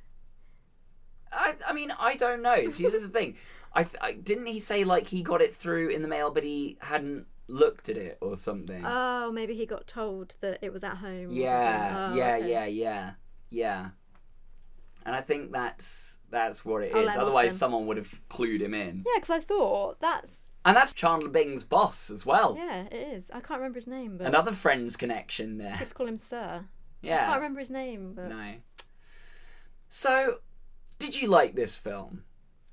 B: I, I mean I don't know. See, this is the thing. I, th- I didn't he say like he got it through in the mail, but he hadn't looked at it or something.
C: Oh, maybe he got told that it was at home. or
B: yeah,
C: something. Oh,
B: yeah,
C: okay.
B: yeah, yeah, yeah. And I think that's that's what it is.
C: I'll let him off
B: Otherwise,
C: then.
B: someone would have clued him in.
C: Yeah, because I thought that's
B: And that's Chandler Bing's boss as well.
C: yeah, it is. I can't remember his name, but
B: Another friends connection
C: I
B: there.
C: just call him Sir. I can't
B: Yeah.
C: remember his name, but
B: No. So, did you like this film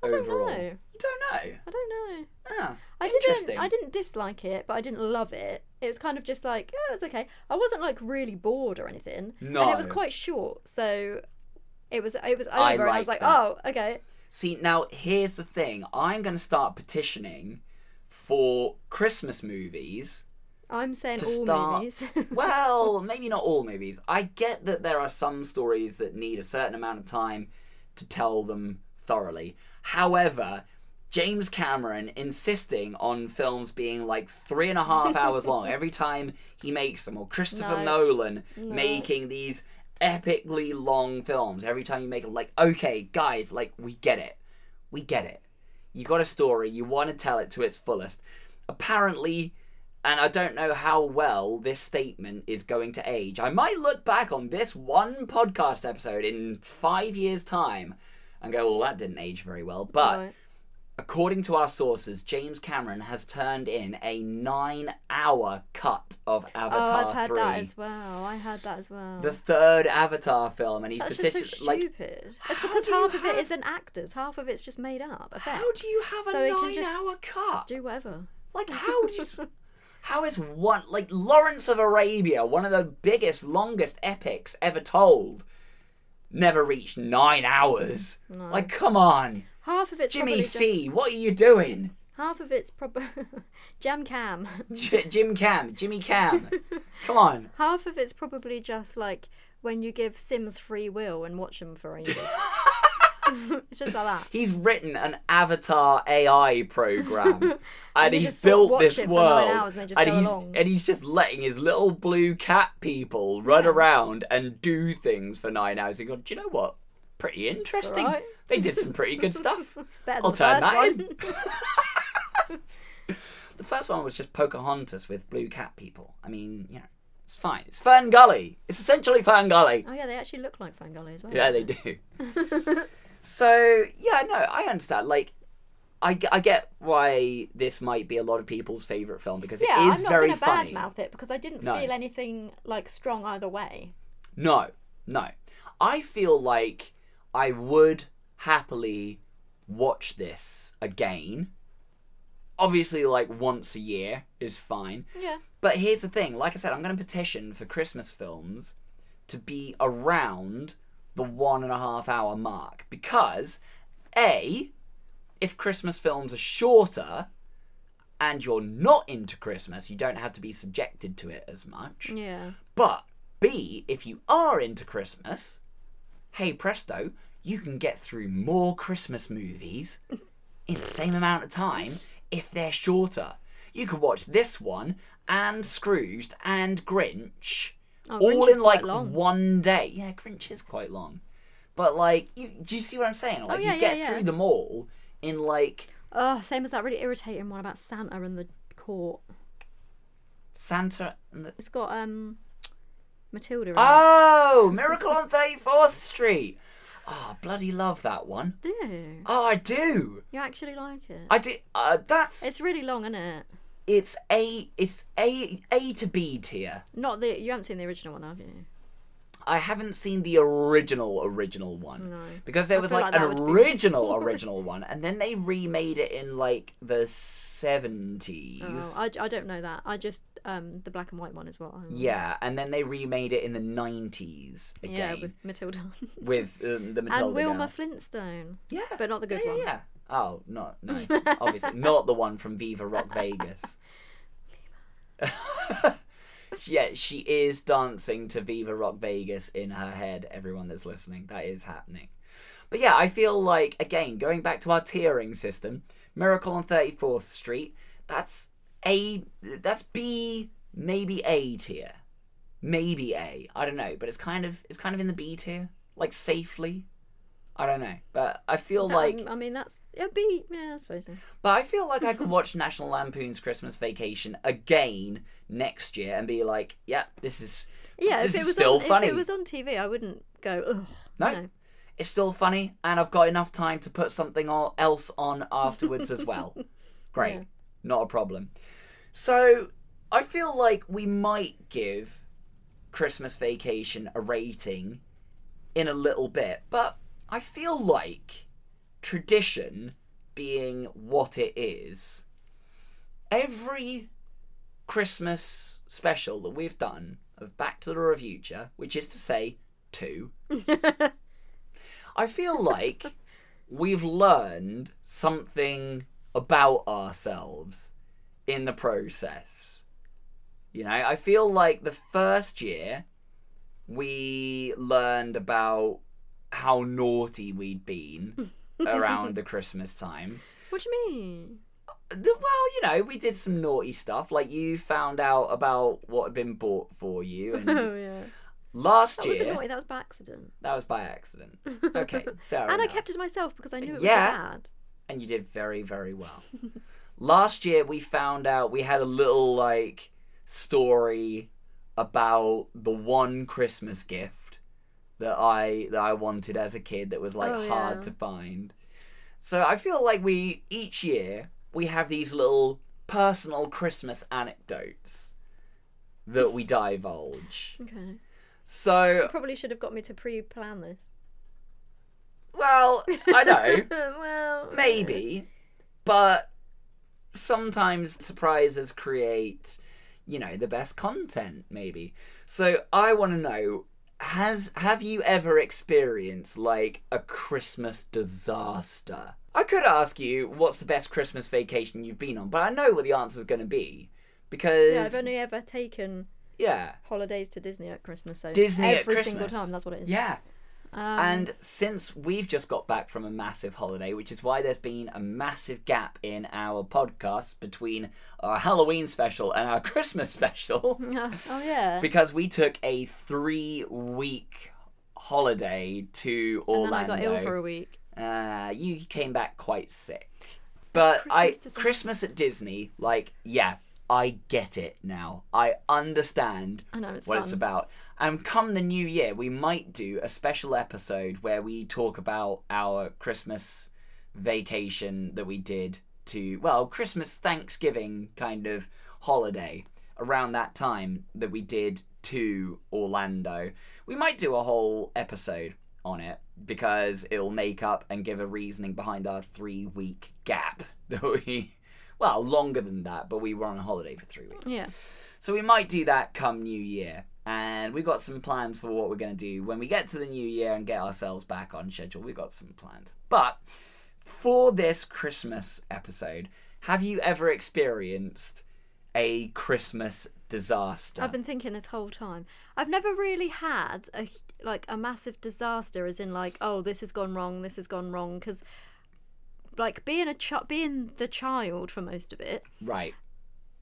C: I don't
B: overall?
C: know.
B: You don't know.
C: I don't know.
B: Ah,
C: I
B: interesting.
C: didn't. I didn't dislike it, but I didn't love it. It was kind of just like, yeah, it was okay. I wasn't like really bored or anything. And it was
B: No.
C: quite short, so it was it was over,
B: I
C: and I was like,
B: liked that.
C: oh, okay.
B: See, now here's the thing. I'm going to start petitioning for Christmas movies.
C: I'm saying
B: To
C: all
B: start-
C: movies.
B: Well, maybe not all movies. I get that there are some stories that need a certain amount of time to tell them thoroughly. However, James Cameron insisting on films being like three and a half hours long every time he makes them, or Christopher
C: No.
B: Nolan making these epically long films every time you make them, like, okay, guys, like, we get it. We get it. You got a story, you want to tell it to its fullest. Apparently, and I don't know how well this statement is going to age. I might look back on this one podcast episode in five years' time and go, well, that didn't age very well. But
C: Right.
B: according to our sources, James Cameron has turned in a nine hour cut of
C: oh,
B: Avatar
C: I've heard
B: 3.
C: that as well. I heard that as well.
B: The third Avatar film, and he's
C: That's
B: particularly
C: just so
B: like,
C: stupid. it's
B: how
C: because
B: do you
C: half of
B: have-
C: it isn't actors. Half of it's just made up. Effects.
B: how do you have a
C: So he can
B: nine
C: just
B: hour cut?
C: do whatever?
B: Like, how do you- How is one like Lawrence of Arabia, one of the biggest, longest epics ever told, never reached nine hours? Like, come on,
C: half of it's
B: Jimmy
C: probably just-
B: C, what are you doing?
C: half of it's probably Jam Cam.
B: J- Jim Cam, Jimmy Cam, come on.
C: Half of it's probably just like when you give Sims free will and watch them for ages. it's just like that.
B: He's written an Avatar AI program, and,
C: they
B: he's
C: just sort of
B: built
C: watch
B: this
C: it for nine
B: world,
C: hours and they just go
B: he's
C: along.
B: and he's just letting his little blue cat people run around and do things for nine hours. And go, do you know what? Pretty interesting.
C: alright."
B: They did some pretty good stuff.
C: Better than
B: I'll
C: the
B: turn
C: first
B: that
C: one.
B: in. the first one was just Pocahontas with blue cat people. I mean, you know, it's fine. It's Ferngully. It's essentially Ferngully.
C: Oh yeah, they actually look like Fangoli as well.
B: Yeah, they do. so yeah, no, I understand. Like, I, g- I get why this might be a lot of people's favorite film because it
C: Yeah,
B: is
C: I'm not
B: very
C: gonna
B: funny.
C: badmouth it because I didn't
B: No.
C: feel anything like strong either way.
B: No, no, I feel like I would happily watch this again. Obviously, like once a year is fine.
C: Yeah.
B: But here's the thing. Like I said, I'm going to petition for Christmas films to be around the one and a half hour mark because, A, if Christmas films are shorter and you're not into Christmas, you don't have to be subjected to it as much.
C: Yeah.
B: But, B, if you are into Christmas, hey presto, you can get through more Christmas movies in the same amount of time if they're shorter. You could watch this one and Scrooged and Grinch
C: Oh, Grinch
B: all
C: is
B: in
C: quite
B: like
C: long.
B: one day. Yeah, Grinch is quite long. But like, you, do you see what I'm saying? Like,
C: Oh, yeah,
B: you get
C: yeah, yeah.
B: through them all in like
C: Oh, same as that really irritating one about Santa and the court.
B: Santa and the
C: It's got um Matilda. in it.
B: Oh, Miracle on 34th Street. Oh, bloody love that one.
C: Do you?
B: Oh, I do.
C: You actually like it?
B: I do. Uh, that's
C: It's really long, isn't it?
B: it's a it's a a to b tier.
C: Not the you haven't seen the original one, have you?
B: I haven't seen the original original one
C: No.
B: because there
C: I
B: was
C: feel
B: like,
C: like
B: an
C: that would be
B: original
C: boring.
B: original one, and then they remade it in like the seventies.
C: Oh, I, I don't know that. I just um the black and white one as well. I-
B: yeah, and then they remade it in the nineties
C: Yeah,
B: again
C: with Matilda
B: with, um, the Matilda
C: and Wilma
B: girl.
C: Flintstone.
B: Yeah,
C: but not the good
B: yeah,
C: one.
B: Yeah. yeah. Oh, no, no, obviously not the one from Viva Rock Vegas. yeah, she is dancing to Viva Rock Vegas in her head. Everyone that's listening, that is happening. But yeah, I feel like again going back to our tiering system, Miracle on Thirty Fourth Street. That's a that's B maybe A tier, maybe A. I don't know, but it's kind of it's kind of in the B tier, like safely. I don't know, but I feel
C: That-
B: like
C: Um, I mean that's it'd be yeah, I suppose. then.
B: but I feel like I could watch National Lampoon's Christmas Vacation again next year and be like, yeah, this is
C: Yeah,
B: this
C: if it
B: is
C: was
B: still
C: on,
B: funny.
C: If it was on TV, I wouldn't go. Ugh,
B: No. It's still funny, and I've got enough time to put something al- else on afterwards as well. Great. Not a problem. So I feel like we might give Christmas Vacation a rating in a little bit, but I feel like tradition being what it is, every Christmas special that we've done of Back to the Future, which is to say two, I feel like we've learned something about ourselves in the process. You know, I feel like the first year we learned about how naughty we'd been around the Christmas time.
C: What do you mean?
B: Well, you know, we did some naughty stuff. Like you found out about what had been bought for you.
C: Oh
B: And
C: yeah,
B: last
C: that
B: year,
C: wasn't naughty. That was by accident.
B: that was by accident. Okay, fair
C: and I
B: enough.
C: kept it to myself because I knew it
B: Yeah.
C: was bad.
B: and you did very very well last year we found out we had a little like story about the one christmas gift that i that i wanted as a kid that was like
C: Oh,
B: hard
C: yeah.
B: to find so i feel like we each year we have these little personal christmas anecdotes that we divulge
C: Okay,
B: so
C: probably should have got me to pre-plan this.
B: well i know
C: well,
B: Maybe, but sometimes surprises create, you know, the best content. Maybe. So I want to know: has have you ever experienced like a Christmas disaster? I could ask you what's the best Christmas vacation you've been on, but I know what the answer's going to be
C: Yeah,
B: because
C: I've only ever taken
B: yeah,
C: holidays to Disney at Christmas. So
B: Disney at
C: every single
B: Christmas.
C: time. That's what it is.
B: yeah.
C: Um,
B: And since we've just got back from a massive holiday, which is why there's been a massive gap in our podcasts between our Halloween special and our Christmas special,
C: oh yeah.
B: because we took a three week holiday to
C: and then I
B: Orlando.
C: got ill for a week.
B: Uh, you came back quite sick. But I
C: Christmas disaster.
B: Christmas at Disney, like, yeah, I get it now. I understand
C: I know, it's
B: what it's
C: fun.
B: about. And come the new year, we might do a special episode where we talk about our Christmas vacation that we did to well, Christmas Thanksgiving kind of holiday around that time that we did to Orlando. We might do a whole episode on it because it'll make up and give a reasoning behind our three week gap that we well, longer than that, but we were on a holiday for three weeks.
C: Yeah.
B: So we might do that come New Year. And we've got some plans for what we're going to do when we get to the new year and get ourselves back on schedule. We've got some plans. But for this Christmas episode, have you ever experienced a Christmas disaster?
C: I've been thinking this whole time. I've never really had a h- like a massive disaster, as in like, oh, this has gone wrong, this has gone wrong, because like being a ch- being the child for most of it,
B: Right.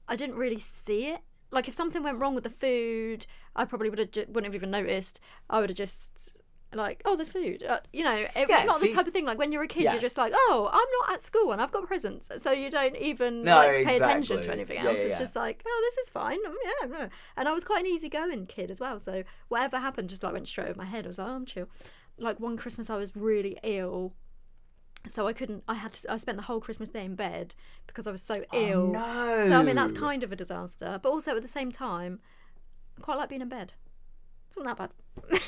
C: I didn't really see it. Like if something went wrong with the food, I probably would have ju- wouldn't have even noticed. I would have just like, oh, there's food. Uh, you know, it was
B: Yeah,
C: not
B: see-
C: the type of thing like when you're a kid,
B: Yeah.
C: you're just like, oh, I'm not at school and I've got presents, so you don't even
B: No,
C: like, pay attention to
B: exactly.
C: anything
B: Yeah,
C: else.
B: yeah,
C: it's
B: yeah.
C: just like, oh, this is fine. mm, yeah, yeah. And I was quite an easygoing kid as well, so whatever happened just like went straight over my head. I was like, oh, I'm chill. Like one Christmas, I was really ill. So I couldn't. I had to. I spent the whole Christmas day in bed because I was so ill.
B: Oh, no.
C: So I mean, that's kind of a disaster. But also at the same time, I quite like being in bed. It's not that bad.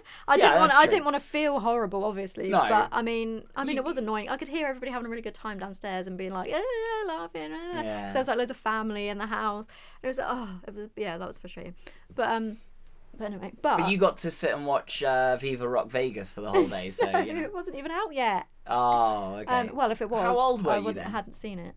B: Yeah,
C: I didn't want.
B: that's
C: I
B: true.
C: didn't want to feel horrible, obviously.
B: No.
C: But I mean, I mean,
B: You-
C: it was annoying. I could hear everybody having a really good time downstairs and being like, "Eh, laughing. eh."
B: Yeah.
C: So it was like loads of family in the house. And it was like, oh, it was, yeah, that was frustrating. But um, but anyway, but,
B: But you got to sit and watch uh, Viva Rock Vegas for the whole day, so you know.
C: it wasn't even out yet.
B: Oh, okay.
C: Um, well, if it was,
B: How old were
C: I
B: you
C: wouldn't-
B: then?
C: hadn't seen it.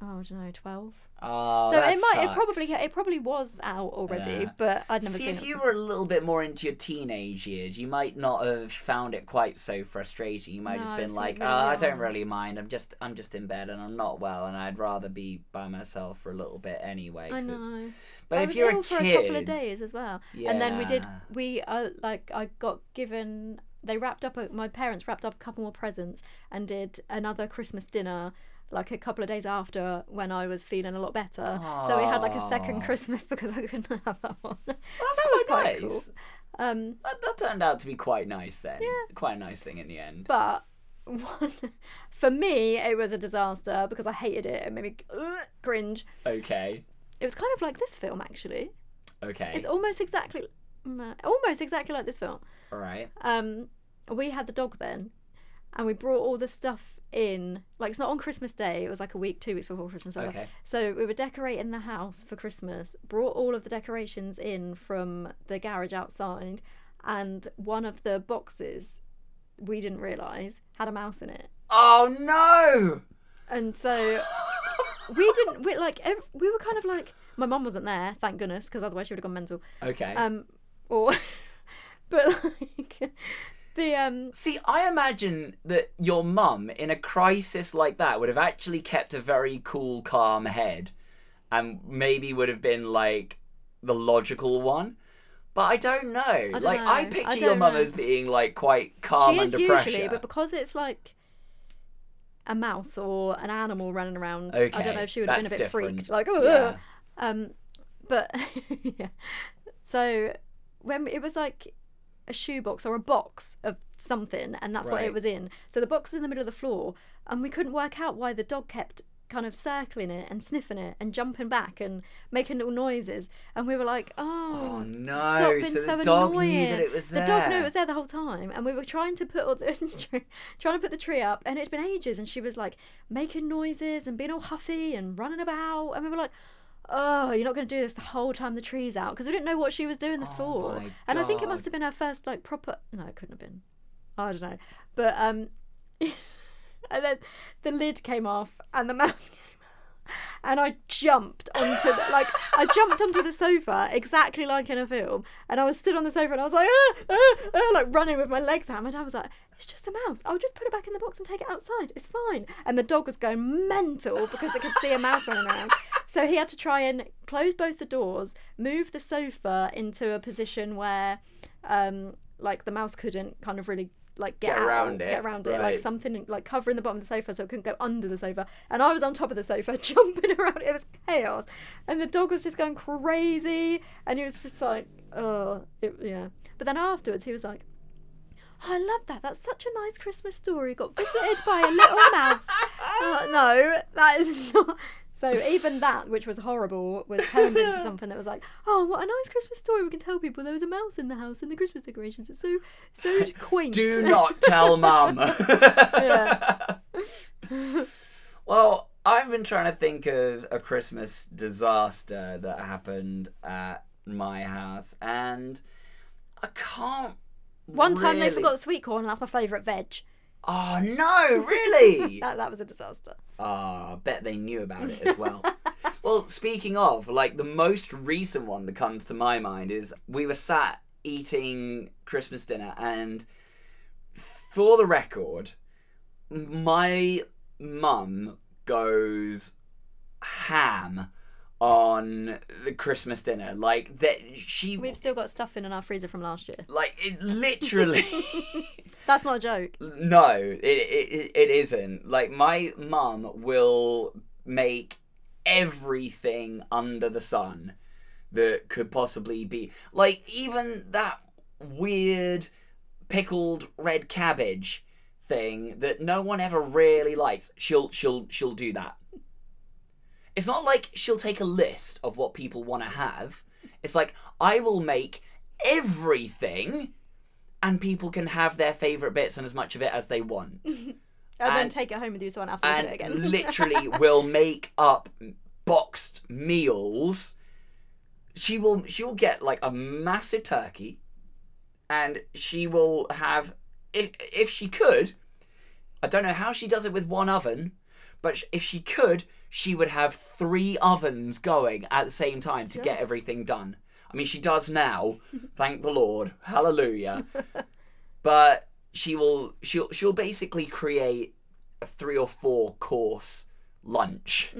C: Oh, I don't know, twelve.
B: oh,
C: so
B: that
C: it might, it
B: sucks.
C: probably, it probably was out already,
B: Yeah.
C: but I'd never
B: See,
C: seen
B: if
C: it.
B: you were a little bit more into your teenage years, you might not have found it quite so frustrating. You might have
C: No,
B: just
C: it's
B: been
C: not
B: like,
C: really
B: "Oh, I
C: on."
B: don't really mind. I'm just, I'm just in bed and I'm not well, and I'd rather be by myself for a little bit anyway."
C: I
B: 'cause it's-
C: know.
B: But
C: I
B: if
C: was
B: you're
C: ill
B: a
C: for
B: kid,
C: a couple of days as well. And then we did.
B: Yeah.
C: We uh, like I got given. They wrapped up. A, my parents wrapped up a couple more presents and did another Christmas dinner. Like a couple of days after, when I was feeling a lot better, so we had like a second
B: Aw.
C: Christmas because I couldn't have that one. That's
B: that's
C: that was
B: quite
C: quite
B: nice.
C: cool. Um,
B: That, that turned out to be quite nice then. Quite a nice thing in the end.
C: but one, for me, it was a disaster because I hated it. It made me uh, cringe.
B: Okay.
C: It was kind of like this film actually.
B: Okay.
C: It's almost exactly, mm, almost exactly like this film.
B: All right.
C: um, we had the dog then, and we brought all the stuff in. Like it's not on Christmas Day. It was like a week, two weeks before Christmas. whatever.
B: Okay.
C: So we were decorating the house for Christmas. Brought all of the decorations in from the garage outside, and one of the boxes we didn't realise had a mouse in it.
B: Oh no!
C: And so we didn't. We like ev- we were kind of like my mum wasn't there, thank goodness, because otherwise she would have gone mental.
B: Okay.
C: Um, or but like the um
B: See, I imagine that your mum, in a crisis like that, would have actually kept a very cool, calm head and maybe would have been like the logical one. But I don't know.
C: don't
B: like, I
C: know. I
B: picture your
C: don't
B: mum
C: know.
B: as being like quite calm
C: she is
B: under
C: usually,
B: pressure.
C: but because it's like a mouse or an animal running around, I
B: Okay,
C: don't know if she would have been a bit
B: that's different.
C: freaked, like oh.
B: Yeah.
C: Um, but yeah, so when it was like a shoebox or a box of something, and that's what it
B: Right.
C: was in. So the box is in the middle of the floor, and we couldn't work out why the dog kept kind of circling it and sniffing it and jumping back and making little noises, and we were like, oh,
B: Oh, no,
C: stop being
B: so the
C: so
B: dog knew
C: annoying.
B: that it was
C: The dog knew
B: there.
C: it was there the whole time, and we were trying to put all the tree, trying to put the tree up, and it'd been ages, and she was like making noises and being all huffy and running about, and we were like, "Oh, you're not going to do this the whole time the tree's out," because we didn't know what she was doing this
B: Oh
C: for,
B: my
C: and I think it
B: God.
C: must have been her first like proper. No, it couldn't have been. I don't know, but um, and then the lid came off, and the mouse and I jumped onto the, like I jumped onto the sofa exactly like in a film, and I was stood on the sofa and I was like ah, ah, ah, like running with my legs out. My dad was like, "It's just a mouse. I'll just put it back in the box and take it outside. It's fine." And the dog was going mental because it could see a mouse running around. So he had to try and close both the doors, move the sofa into a position where, um, like the mouse couldn't kind of really like get,
B: Get
C: out,
B: around it,
C: get around it, like
B: right.
C: something like covering the bottom of the sofa so it couldn't go under the sofa. And I was on top of the sofa jumping around. It was chaos. And the dog was just going crazy. And he was just like, oh, it, yeah. But then afterwards, he was like, "Oh, I love that. That's such a nice Christmas story. Got visited by a little mouse. Uh, no, that is not. So even that, which was horrible, was turned into something that was like, oh, what a nice Christmas story we can tell people. There was a mouse in the house, and the Christmas decorations are so so quaint.
B: Do not tell mum. well, I've been trying to think of a Christmas disaster that happened at my house, and I can't.
C: One time they
B: really-
C: forgot sweet corn, and that's my favourite veg.
B: Oh no! Really?
C: That, that was a disaster.
B: Ah, I bet they knew about it as well. well, speaking of, like the most recent one that comes to my mind is we were sat eating Christmas dinner, and for the record, my mum goes ham on the Christmas dinner. Like that, she
C: We've still got stuff in our freezer from last year.
B: like it literally.
C: That's not a joke.
B: no, it, it it- it isn't. Like my mum will make everything under the sun that could possibly be like even that weird pickled red cabbage thing that no one ever really likes. She'll she'll she'll do that. It's not like she'll take a list of what people want to have. It's like I will make everything and people can have their favorite bits and as much of it as they want.
C: And, then
B: And-
C: take it home with you so I don't have to look at
B: and
C: it again.
B: literally will make up boxed meals. She will she will get like a massive turkey and she will have if if she could I don't know how she does it with one oven, but sh- if she could, she would have three ovens going at the same time to get everything done. I mean, she does now, thank the Lord, hallelujah. but she will, she'll, she'll basically create a three or four course lunch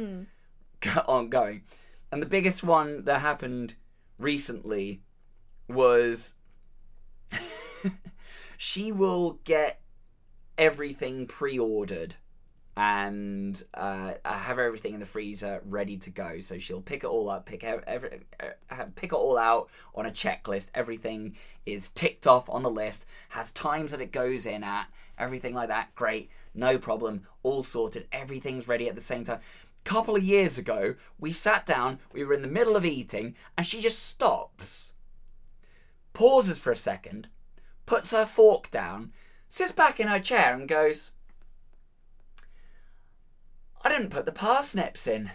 B: go- ongoing. And the biggest one that happened recently was she will get everything pre-ordered and uh, have everything in the freezer ready to go. So she'll pick it all up, pick ev- every, uh, pick it all out on a checklist. Everything is ticked off on the list, has times that it goes in at, everything like that. Great, no problem, all sorted. Everything's ready at the same time. Couple of years ago, we sat down, we were in the middle of eating, and she just stops, pauses for a second, puts her fork down, sits back in her chair, and goes. I didn't put the parsnips in.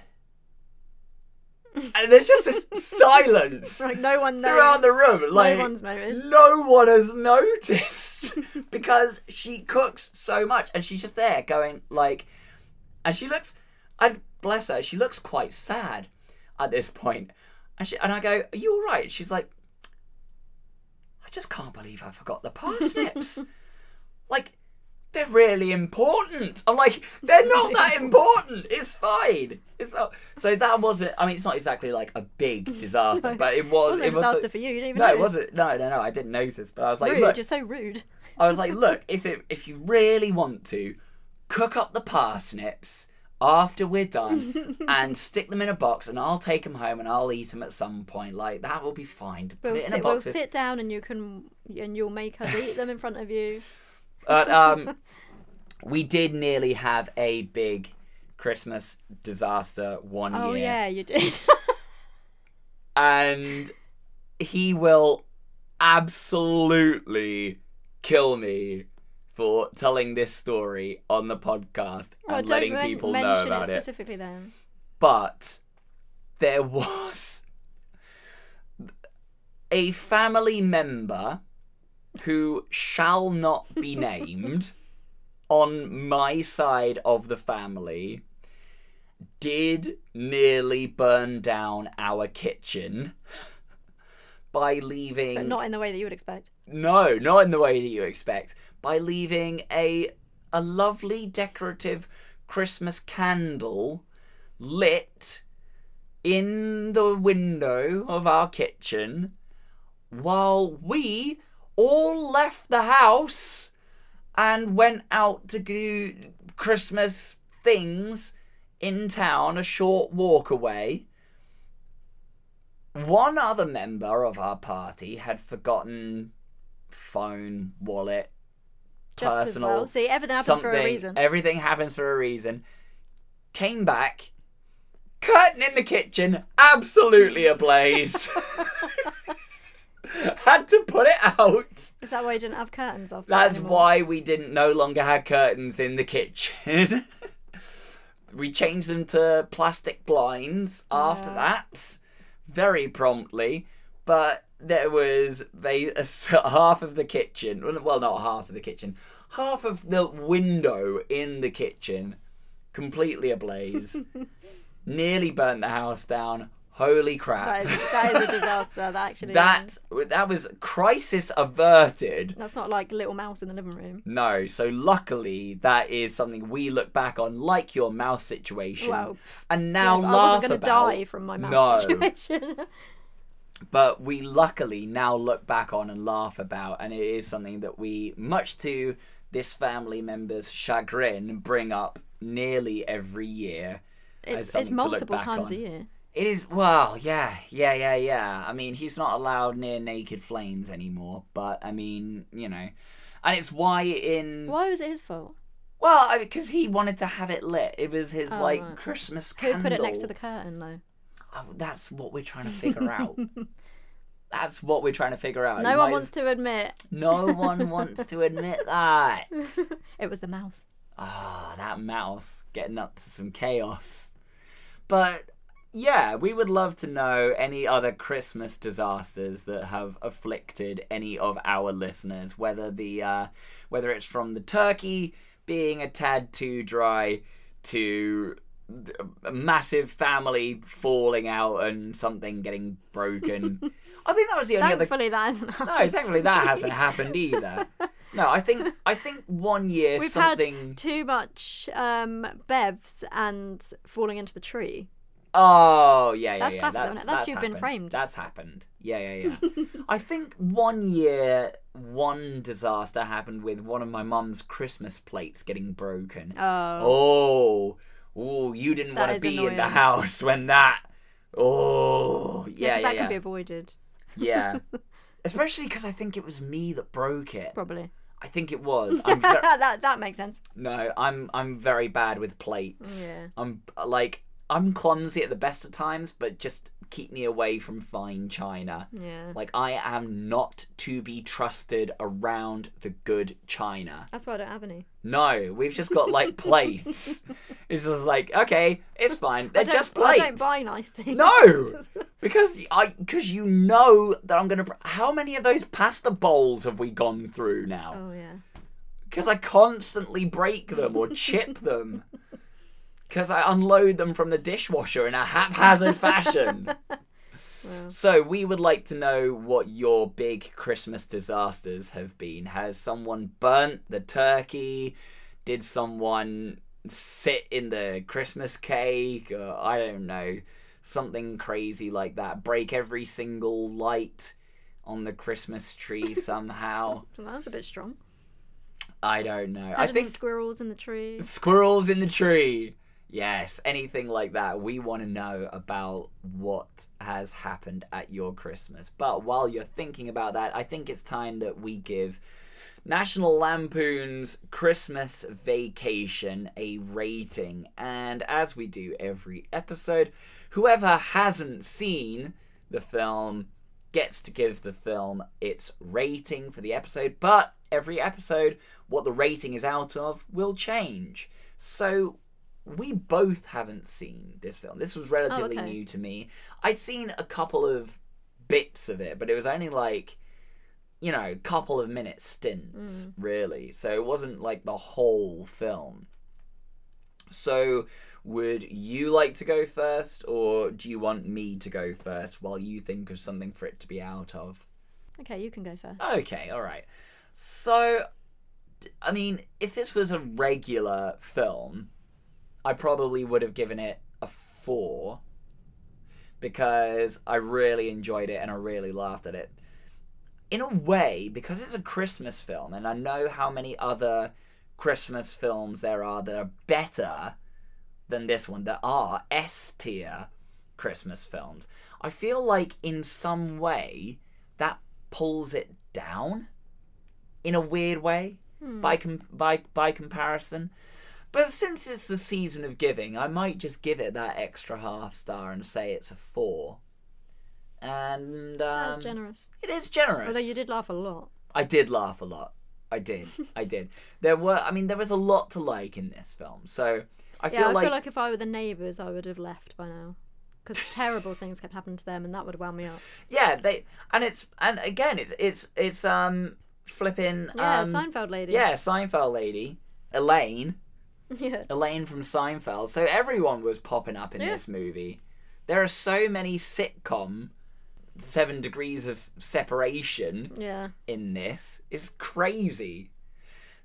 B: And there's just this silence
C: like no one knows.
B: throughout the room. Like
C: one's noticed.
B: no one has noticed because she cooks so much, and she's just there going like, and she looks, and bless her, she looks quite sad at this point. And she and I go, "Are you all right?" She's like, "I just can't believe I forgot the parsnips." like they're really important. I'm like, they're not that important. It's fine. It's not... so that wasn't. I mean, it's not exactly like a big disaster, but it was.
C: wasn't a
B: it was
C: disaster
B: like-
C: for you. You didn't even
B: No,
C: notice.
B: it wasn't. No, no, no. I didn't notice, but I was like,
C: Rude.
B: look.
C: You're so rude.
B: I was like, look. If it, if you really want to, cook up the parsnips after we're done, and stick them in a box, and I'll take them home and I'll eat them at some point. Like that will be fine. To put
C: We'll
B: it in a
C: sit, we'll
B: box.
C: sit down and you can and you'll make us eat them in front of you.
B: But um, we did nearly have a big Christmas disaster one
C: Oh
B: year.
C: yeah, you did.
B: And he will absolutely kill me for telling this story on the podcast
C: well,
B: and
C: don't
B: letting
C: men-
B: people
C: mention
B: know about
C: it
B: it.
C: specifically then.
B: But there was a family member who shall not be named on my side of the family did nearly burn down our kitchen by leaving
C: But not in the way that you would expect.
B: no, not in the way that you expect. By leaving a a lovely decorative Christmas candle lit in the window of our kitchen while we all left the house and went out to do Christmas things in town a short walk away. One other member of our party had forgotten phone, wallet,
C: Just
B: personal.
C: as well. See, everything happens for a
B: something. e-
C: reason.
B: Everything happens for a reason. Came back, curtain in the kitchen, absolutely ablaze. Had to put it out.
C: Is that why you didn't have curtains after? that
B: That's
C: anymore?
B: why we didn't no longer have curtains in the kitchen. we changed them to plastic blinds after that, very promptly. But there was they half of the kitchen, well, not half of the kitchen, half of the window in the kitchen, completely ablaze. Nearly burnt the house down. Holy crap.
C: That is, that is a disaster. That actually.
B: That that was crisis averted.
C: That's not like Little Mouse in the living room.
B: No, so luckily that is something we look back on, like your mouse situation,
C: Well,
B: and now
C: Yeah, I
B: laugh
C: wasn't going to
B: about.
C: die from my mouse
B: No.
C: situation.
B: But we luckily now look back on and laugh about, and it is something that we, much to this family member's chagrin, bring up nearly every year. as
C: it's it's
B: something to look
C: multiple
B: back
C: times
B: on.
C: a year.
B: It is well, yeah, yeah, yeah, yeah. I mean, he's not allowed near naked flames anymore, but I mean, you know, and it's why in
C: Why was it his fault?
B: well, because he wanted to have it lit. It was his
C: Oh,
B: like
C: right.
B: Christmas
C: Who
B: candle.
C: put it next to the curtain though?
B: Oh, that's what we're trying to figure out. That's what we're trying to figure out.
C: no
B: It
C: one
B: might-
C: wants to admit
B: No one wants to admit that.
C: it was the mouse.
B: Ah, that mouse getting up to some chaos. But yeah, we would love to know any other Christmas disasters that have afflicted any of our listeners, whether the uh, whether it's from the turkey being a tad too dry to a massive family falling out and something getting broken. I think that was the only other
C: Thankfully, that hasn't
B: no,
C: happened.
B: thankfully that hasn't happened either. No, I think I think one year
C: We've
B: something.
C: had too much um, bevs and falling into the tree.
B: Oh yeah, yeah,
C: That's
B: yeah.
C: classic, though, isn't it? That's you've been
B: happened.
C: framed.
B: That's happened. Yeah, yeah, yeah. I think one year, one disaster happened with one of my mum's Christmas plates getting broken.
C: Oh,
B: Oh, oh, you didn't
C: That
B: want to
C: is
B: be in the
C: annoying.
B: house when that. Oh, yeah, yeah,
C: 'cause
B: yeah.
C: that can be avoided,
B: yeah. Especially because I think it was me that broke it.
C: probably.
B: I think it was. I'm ver-
C: that that makes sense.
B: No, I'm I'm very bad with plates.
C: Yeah.
B: I'm like I'm clumsy at the best of times, but just keep me away from fine china.
C: Yeah,
B: Like I am not to be trusted around the good china.
C: that's why I don't have any.
B: No, we've just got like plates. It's just like okay, it's fine. They're
C: I don't-
B: just plates.
C: I don't buy nice things.
B: No! Because I because you know that I'm gonna. How many of those pasta bowls have we gone through now?
C: oh yeah.
B: Because I constantly break them or chip them. Because I unload them from the dishwasher in a haphazard fashion. So we would like to know what your big Christmas disasters have been. Has someone burnt the turkey? Did someone sit in the Christmas cake? Or, I don't know. Something crazy like that. Break every single light on the Christmas tree somehow.
C: Well, that's a bit strong.
B: I don't know. I
C: Had any
B: think
C: squirrels in the tree.
B: squirrels in the tree. Yes, anything like that. We want to know about what has happened at your Christmas. But while you're thinking about that, I think it's time that we give National Lampoon's Christmas Vacation a rating. And as we do every episode, whoever hasn't seen the film gets to give the film its rating for the episode, but every episode, what the rating is out of will change. So we both haven't seen this film. This was relatively
C: okay.
B: new to me. I'd seen a couple of bits of it, but it was only like, you know, couple of minute stints, really. So it wasn't like the whole film. So, would you like to go first, or do you want me to go first while you think of something for it to be out of?
C: Okay, you can go first.
B: Okay, all right. So, d- I mean, if this was a regular film, I probably would have given it a four because I really enjoyed it and I really laughed at it. In a way, because it's a Christmas film, and I know how many other Christmas films there are that are better than this one, that are S tier Christmas films, I feel like in some way that pulls it down in a weird way
C: Hmm.
B: by, com- by, by comparison. But since it's the season of giving, I might just give it that extra half star and say it's a four. And um,
C: That was generous.
B: it is generous.
C: Although you did laugh a lot.
B: I did laugh a lot. I did. I did. There were. I mean, there was a lot to like in this film. So I feel
C: yeah, I
B: like.
C: feel like if I were the neighbours, I would have left by now. Because terrible things kept happening to them, and that would wound me up.
B: yeah, they and it's and again it's it's it's um flipping
C: Yeah,
B: um
C: Seinfeld lady.
B: yeah Seinfeld lady Elaine
C: yeah.
B: Elaine from Seinfeld. So everyone was popping up in
C: Yeah.
B: this movie. There are so many sitcom seven degrees of separation
C: Yeah.
B: in this is crazy.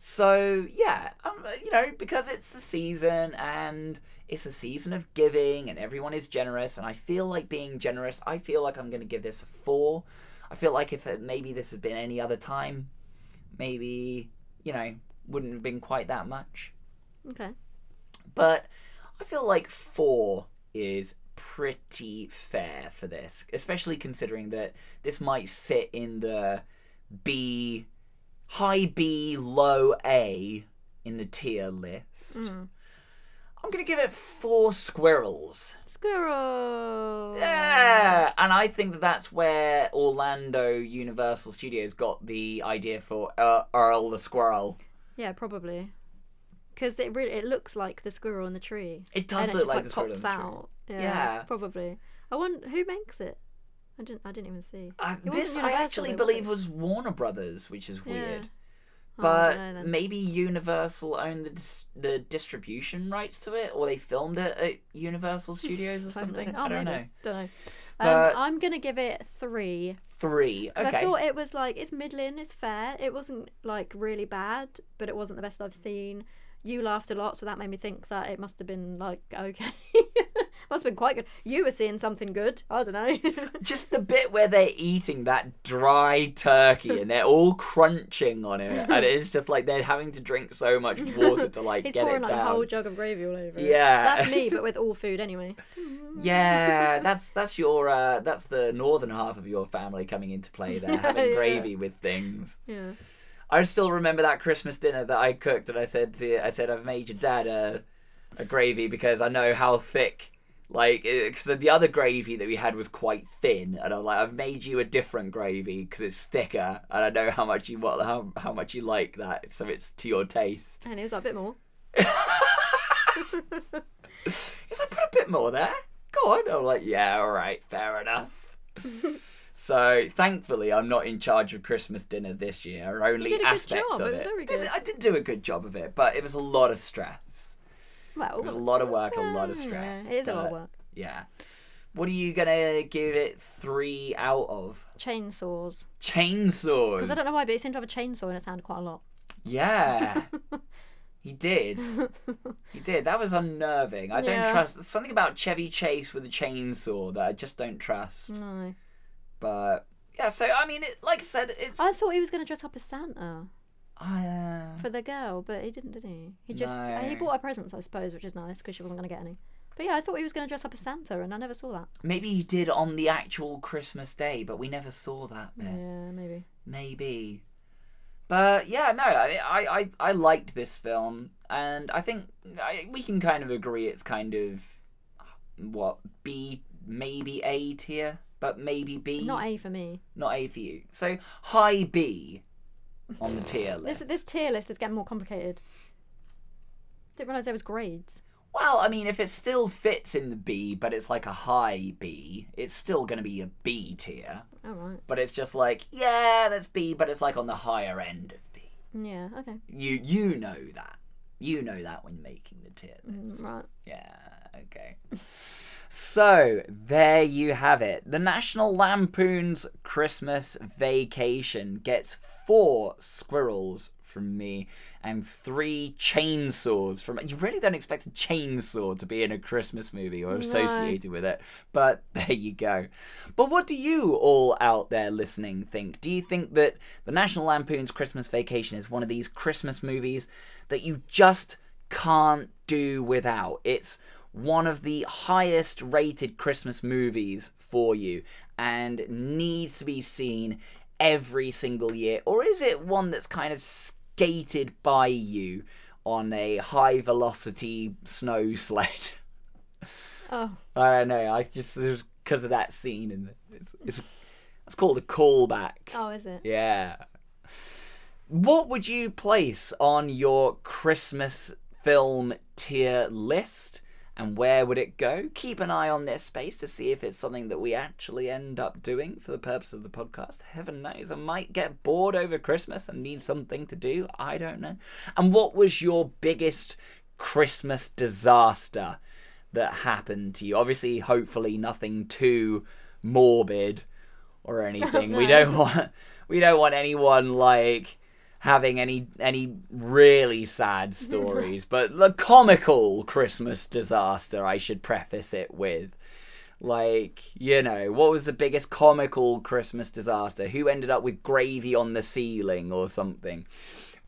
B: So yeah, um, you know, because it's the season and it's a season of giving, and everyone is generous, and I feel like being generous. I feel like I'm going to give this a four. I feel like if it, maybe this had been any other time, maybe you know wouldn't have been quite that much.
C: Okay.
B: But I feel like four is pretty fair for this, especially considering that this might sit in the B, high B, low A in the tier list.
C: Hmm.
B: I'm going to give it four squirrels.
C: Squirrel.
B: Yeah, and I think that that's where Orlando Universal Studios got the idea for uh, Earl the Squirrel.
C: Yeah, probably. Because it really it looks like the squirrel in the tree.
B: It does
C: and
B: look
C: it just,
B: like
C: like
B: the squirrel in
C: pops
B: the tree.
C: out. Yeah,
B: Yeah.
C: Probably. I wonder who makes it. I didn't. I didn't even see.
B: Uh,
C: It wasn't
B: this I
C: Universal,
B: actually
C: though, was
B: believe
C: it?
B: was Warner Brothers, which is
C: Yeah.
B: weird.
C: Oh, I
B: but
C: don't know then.
B: maybe Universal owned the dis- the distribution rights to it, or they filmed it at Universal Studios or
C: Don't know.
B: something.
C: Oh,
B: I don't
C: maybe.
B: know.
C: Don't know.
B: But-
C: um, I'm gonna give it three.
B: Three.
C: 'Cause I
B: Okay.
C: thought it was like it's middling, it's fair. It wasn't like really bad, but it wasn't the best I've seen. You laughed a lot, so that made me think that it must have been like okay, must have been quite good. You were seeing something good. I don't know.
B: Just the bit where they're eating that dry turkey and they're all crunching on it, and it's just like they're having to drink so much water to like
C: He's
B: get
C: pouring
B: it
C: like a whole
B: down.
C: jug of gravy all over. it.
B: Yeah.
C: that's me, but with all food anyway.
B: Yeah, that's that's your uh, that's the northern half of your family coming into play there, having
C: Yeah.
B: gravy with things.
C: Yeah,
B: I still remember that Christmas dinner that I cooked, and I said to you, I said I've made your dad a, a gravy because I know how thick. Like, because the other gravy that we had was quite thin, and I'm like, I've made you a different gravy because it's thicker, and I know how much you want, how how much you like that, so it's to your taste.
C: and it was like a bit more.
B: Because I put a bit more there. Go on. I'm like, yeah, all right, fair enough. so thankfully, I'm not in charge of Christmas dinner this year. Only
C: did a good
B: aspects
C: job,
B: of
C: it was very
B: Did-
C: good.
B: I did do a good job of it, but it was a lot of stress.
C: Well,
B: It was a lot of work, a lot of stress.
C: Yeah, it is a lot of
B: but,
C: work.
B: Yeah. What are you gonna give it three out of?
C: Chainsaws,
B: Chainsaws.
C: because I don't know why, but it seemed to have a chainsaw in its hand quite a lot.
B: Yeah. he did. He did. That was unnerving. I don't
C: Yeah.
B: trust something about Chevy Chase with a chainsaw that I just don't trust.
C: No,
B: But yeah, so I mean, it, like I said, it's.
C: I thought he was going to dress up as Santa
B: I, uh,
C: for the girl, but he didn't, did he? He just uh, he
B: No.
C: bought her presents, I suppose, which is nice because she wasn't going to get any. But yeah, I thought he was going to dress up as Santa, and I never saw that.
B: maybe he did on the actual Christmas day, but we never saw that bit.
C: Yeah, maybe.
B: Maybe. But yeah, no, I mean, I, I, I liked this film, and I think I, we can kind of agree it's kind of what B, maybe A tier, but maybe B.
C: Not A for me.
B: not A for you. So high B on the tier
C: This
B: list.
C: this tier list is getting more complicated. Didn't realize there was grades.
B: Well, I mean, if it still fits in the B, but it's like a high B, it's still going to be a B tier.
C: All right.
B: But it's just like, yeah, that's B, but it's like on the higher end of B.
C: Yeah. Okay.
B: You you know that. You know that when making the tier list.
C: Right.
B: Yeah, okay. So there you have it. The National Lampoon's Christmas Vacation gets four squirrels from me and three chainsaws from you really don't expect a chainsaw to be in a christmas movie or associated with it but there you go but what do you all out there listening think do you think that the national lampoon's christmas vacation is one of these christmas movies that you just can't do without it's one of the highest rated christmas movies for you and needs to be seen every single year or is it one that's kind of skated by you on a high velocity snow sled.
C: Oh.
B: I don't know. I just because of that scene and it's it's, it's called a callback.
C: Oh, is it?
B: Yeah. What would you place on your Christmas film tier list? And where would it go? Keep an eye on this space to see if it's something that we actually end up doing for the purpose of the podcast. Heaven knows, I might get bored over Christmas and need something to do. I don't know. And what was your biggest Christmas disaster? that happened to you? Obviously, hopefully, nothing too morbid or anything. We don't want we don't want anyone like having any any really sad stories, but the comical Christmas disaster. I should preface it with. Like, you know, what was the biggest comical Christmas disaster? Who ended up with gravy on the ceiling or something?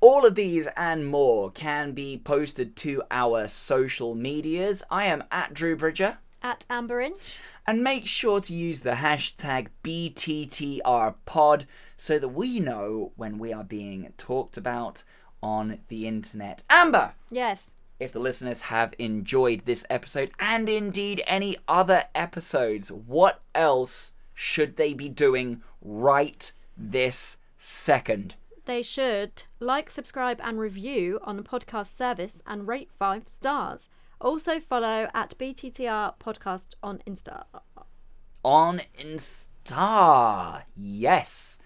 B: All of these and more can be posted to our social medias. I am at Drew Bridger.
E: At Amber Inch.
B: And make sure to use the hashtag BTTRPod so that we know when we are being talked about on the internet. Amber!
E: Yes.
B: If the listeners have enjoyed this episode and indeed any other episodes, what else should they be doing right this second?
E: They should like, subscribe, and review on the podcast service and rate five stars. Also follow at BTTR Podcast on Insta.
B: on Insta. Yes.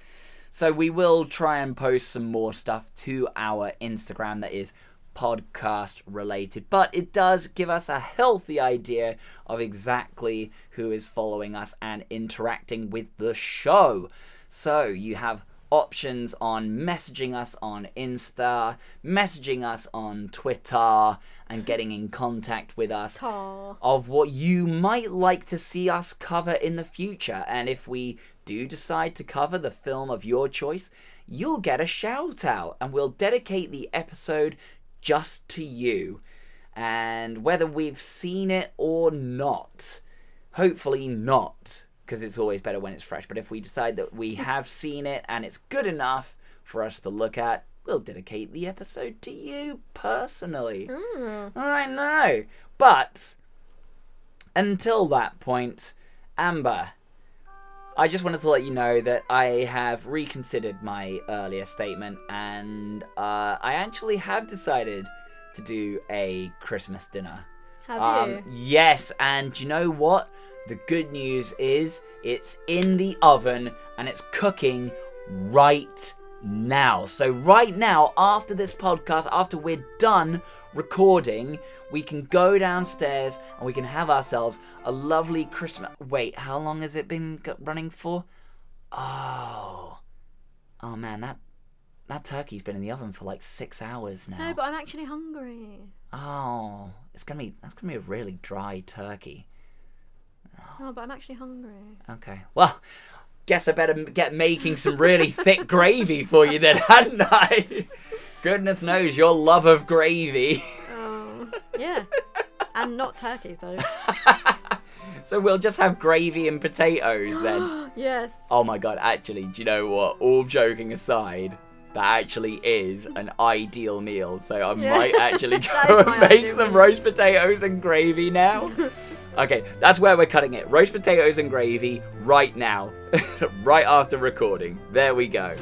B: So we will try and post some more stuff to our Instagram that is podcast related, but it does give us a healthy idea of exactly who is following us and interacting with the show. So you have options on messaging us on Insta, messaging us on Twitter, and getting in contact with us
E: Aw.
B: of what you might like to see us cover in the future. And if we do decide to cover the film of your choice, you'll get a shout out and we'll dedicate the episode just to you. And whether we've seen it or not, hopefully not, because it's always better when it's fresh. But if we decide that we have seen it and it's good enough for us to look at, we'll dedicate the episode to you personally. I know. But until that point, Amber, I just wanted to let you know that I have reconsidered my earlier statement and uh, I actually have decided to do a Christmas dinner.
E: Have you?
B: Um, yes, and do you know what? The good news is it's in the oven and it's cooking right now. So, right now, after this podcast, after we're done recording, we can go downstairs and we can have ourselves a lovely Christmas. Wait, how long has it been g- running for? Oh, oh man, that that turkey's been in the oven for like six hours now.
E: No, but I'm actually hungry.
B: Oh, it's gonna be that's gonna be a really dry turkey.
E: No, but I'm actually hungry.
B: Okay, well, guess I better m- get making some really thick gravy for you then, hadn't I? Goodness knows your love of gravy.
E: Oh. yeah. And not turkey, so.
B: so we'll just have gravy and potatoes then.
E: yes.
B: Oh my god, actually, do you know what? All joking aside, that actually is an ideal meal. So I might actually go
E: is
B: and
E: my
B: make
E: ideal
B: some
E: meal.
B: roast potatoes and gravy now. okay, that's where we're cutting it. Roast potatoes and gravy right now, right after recording. There we go.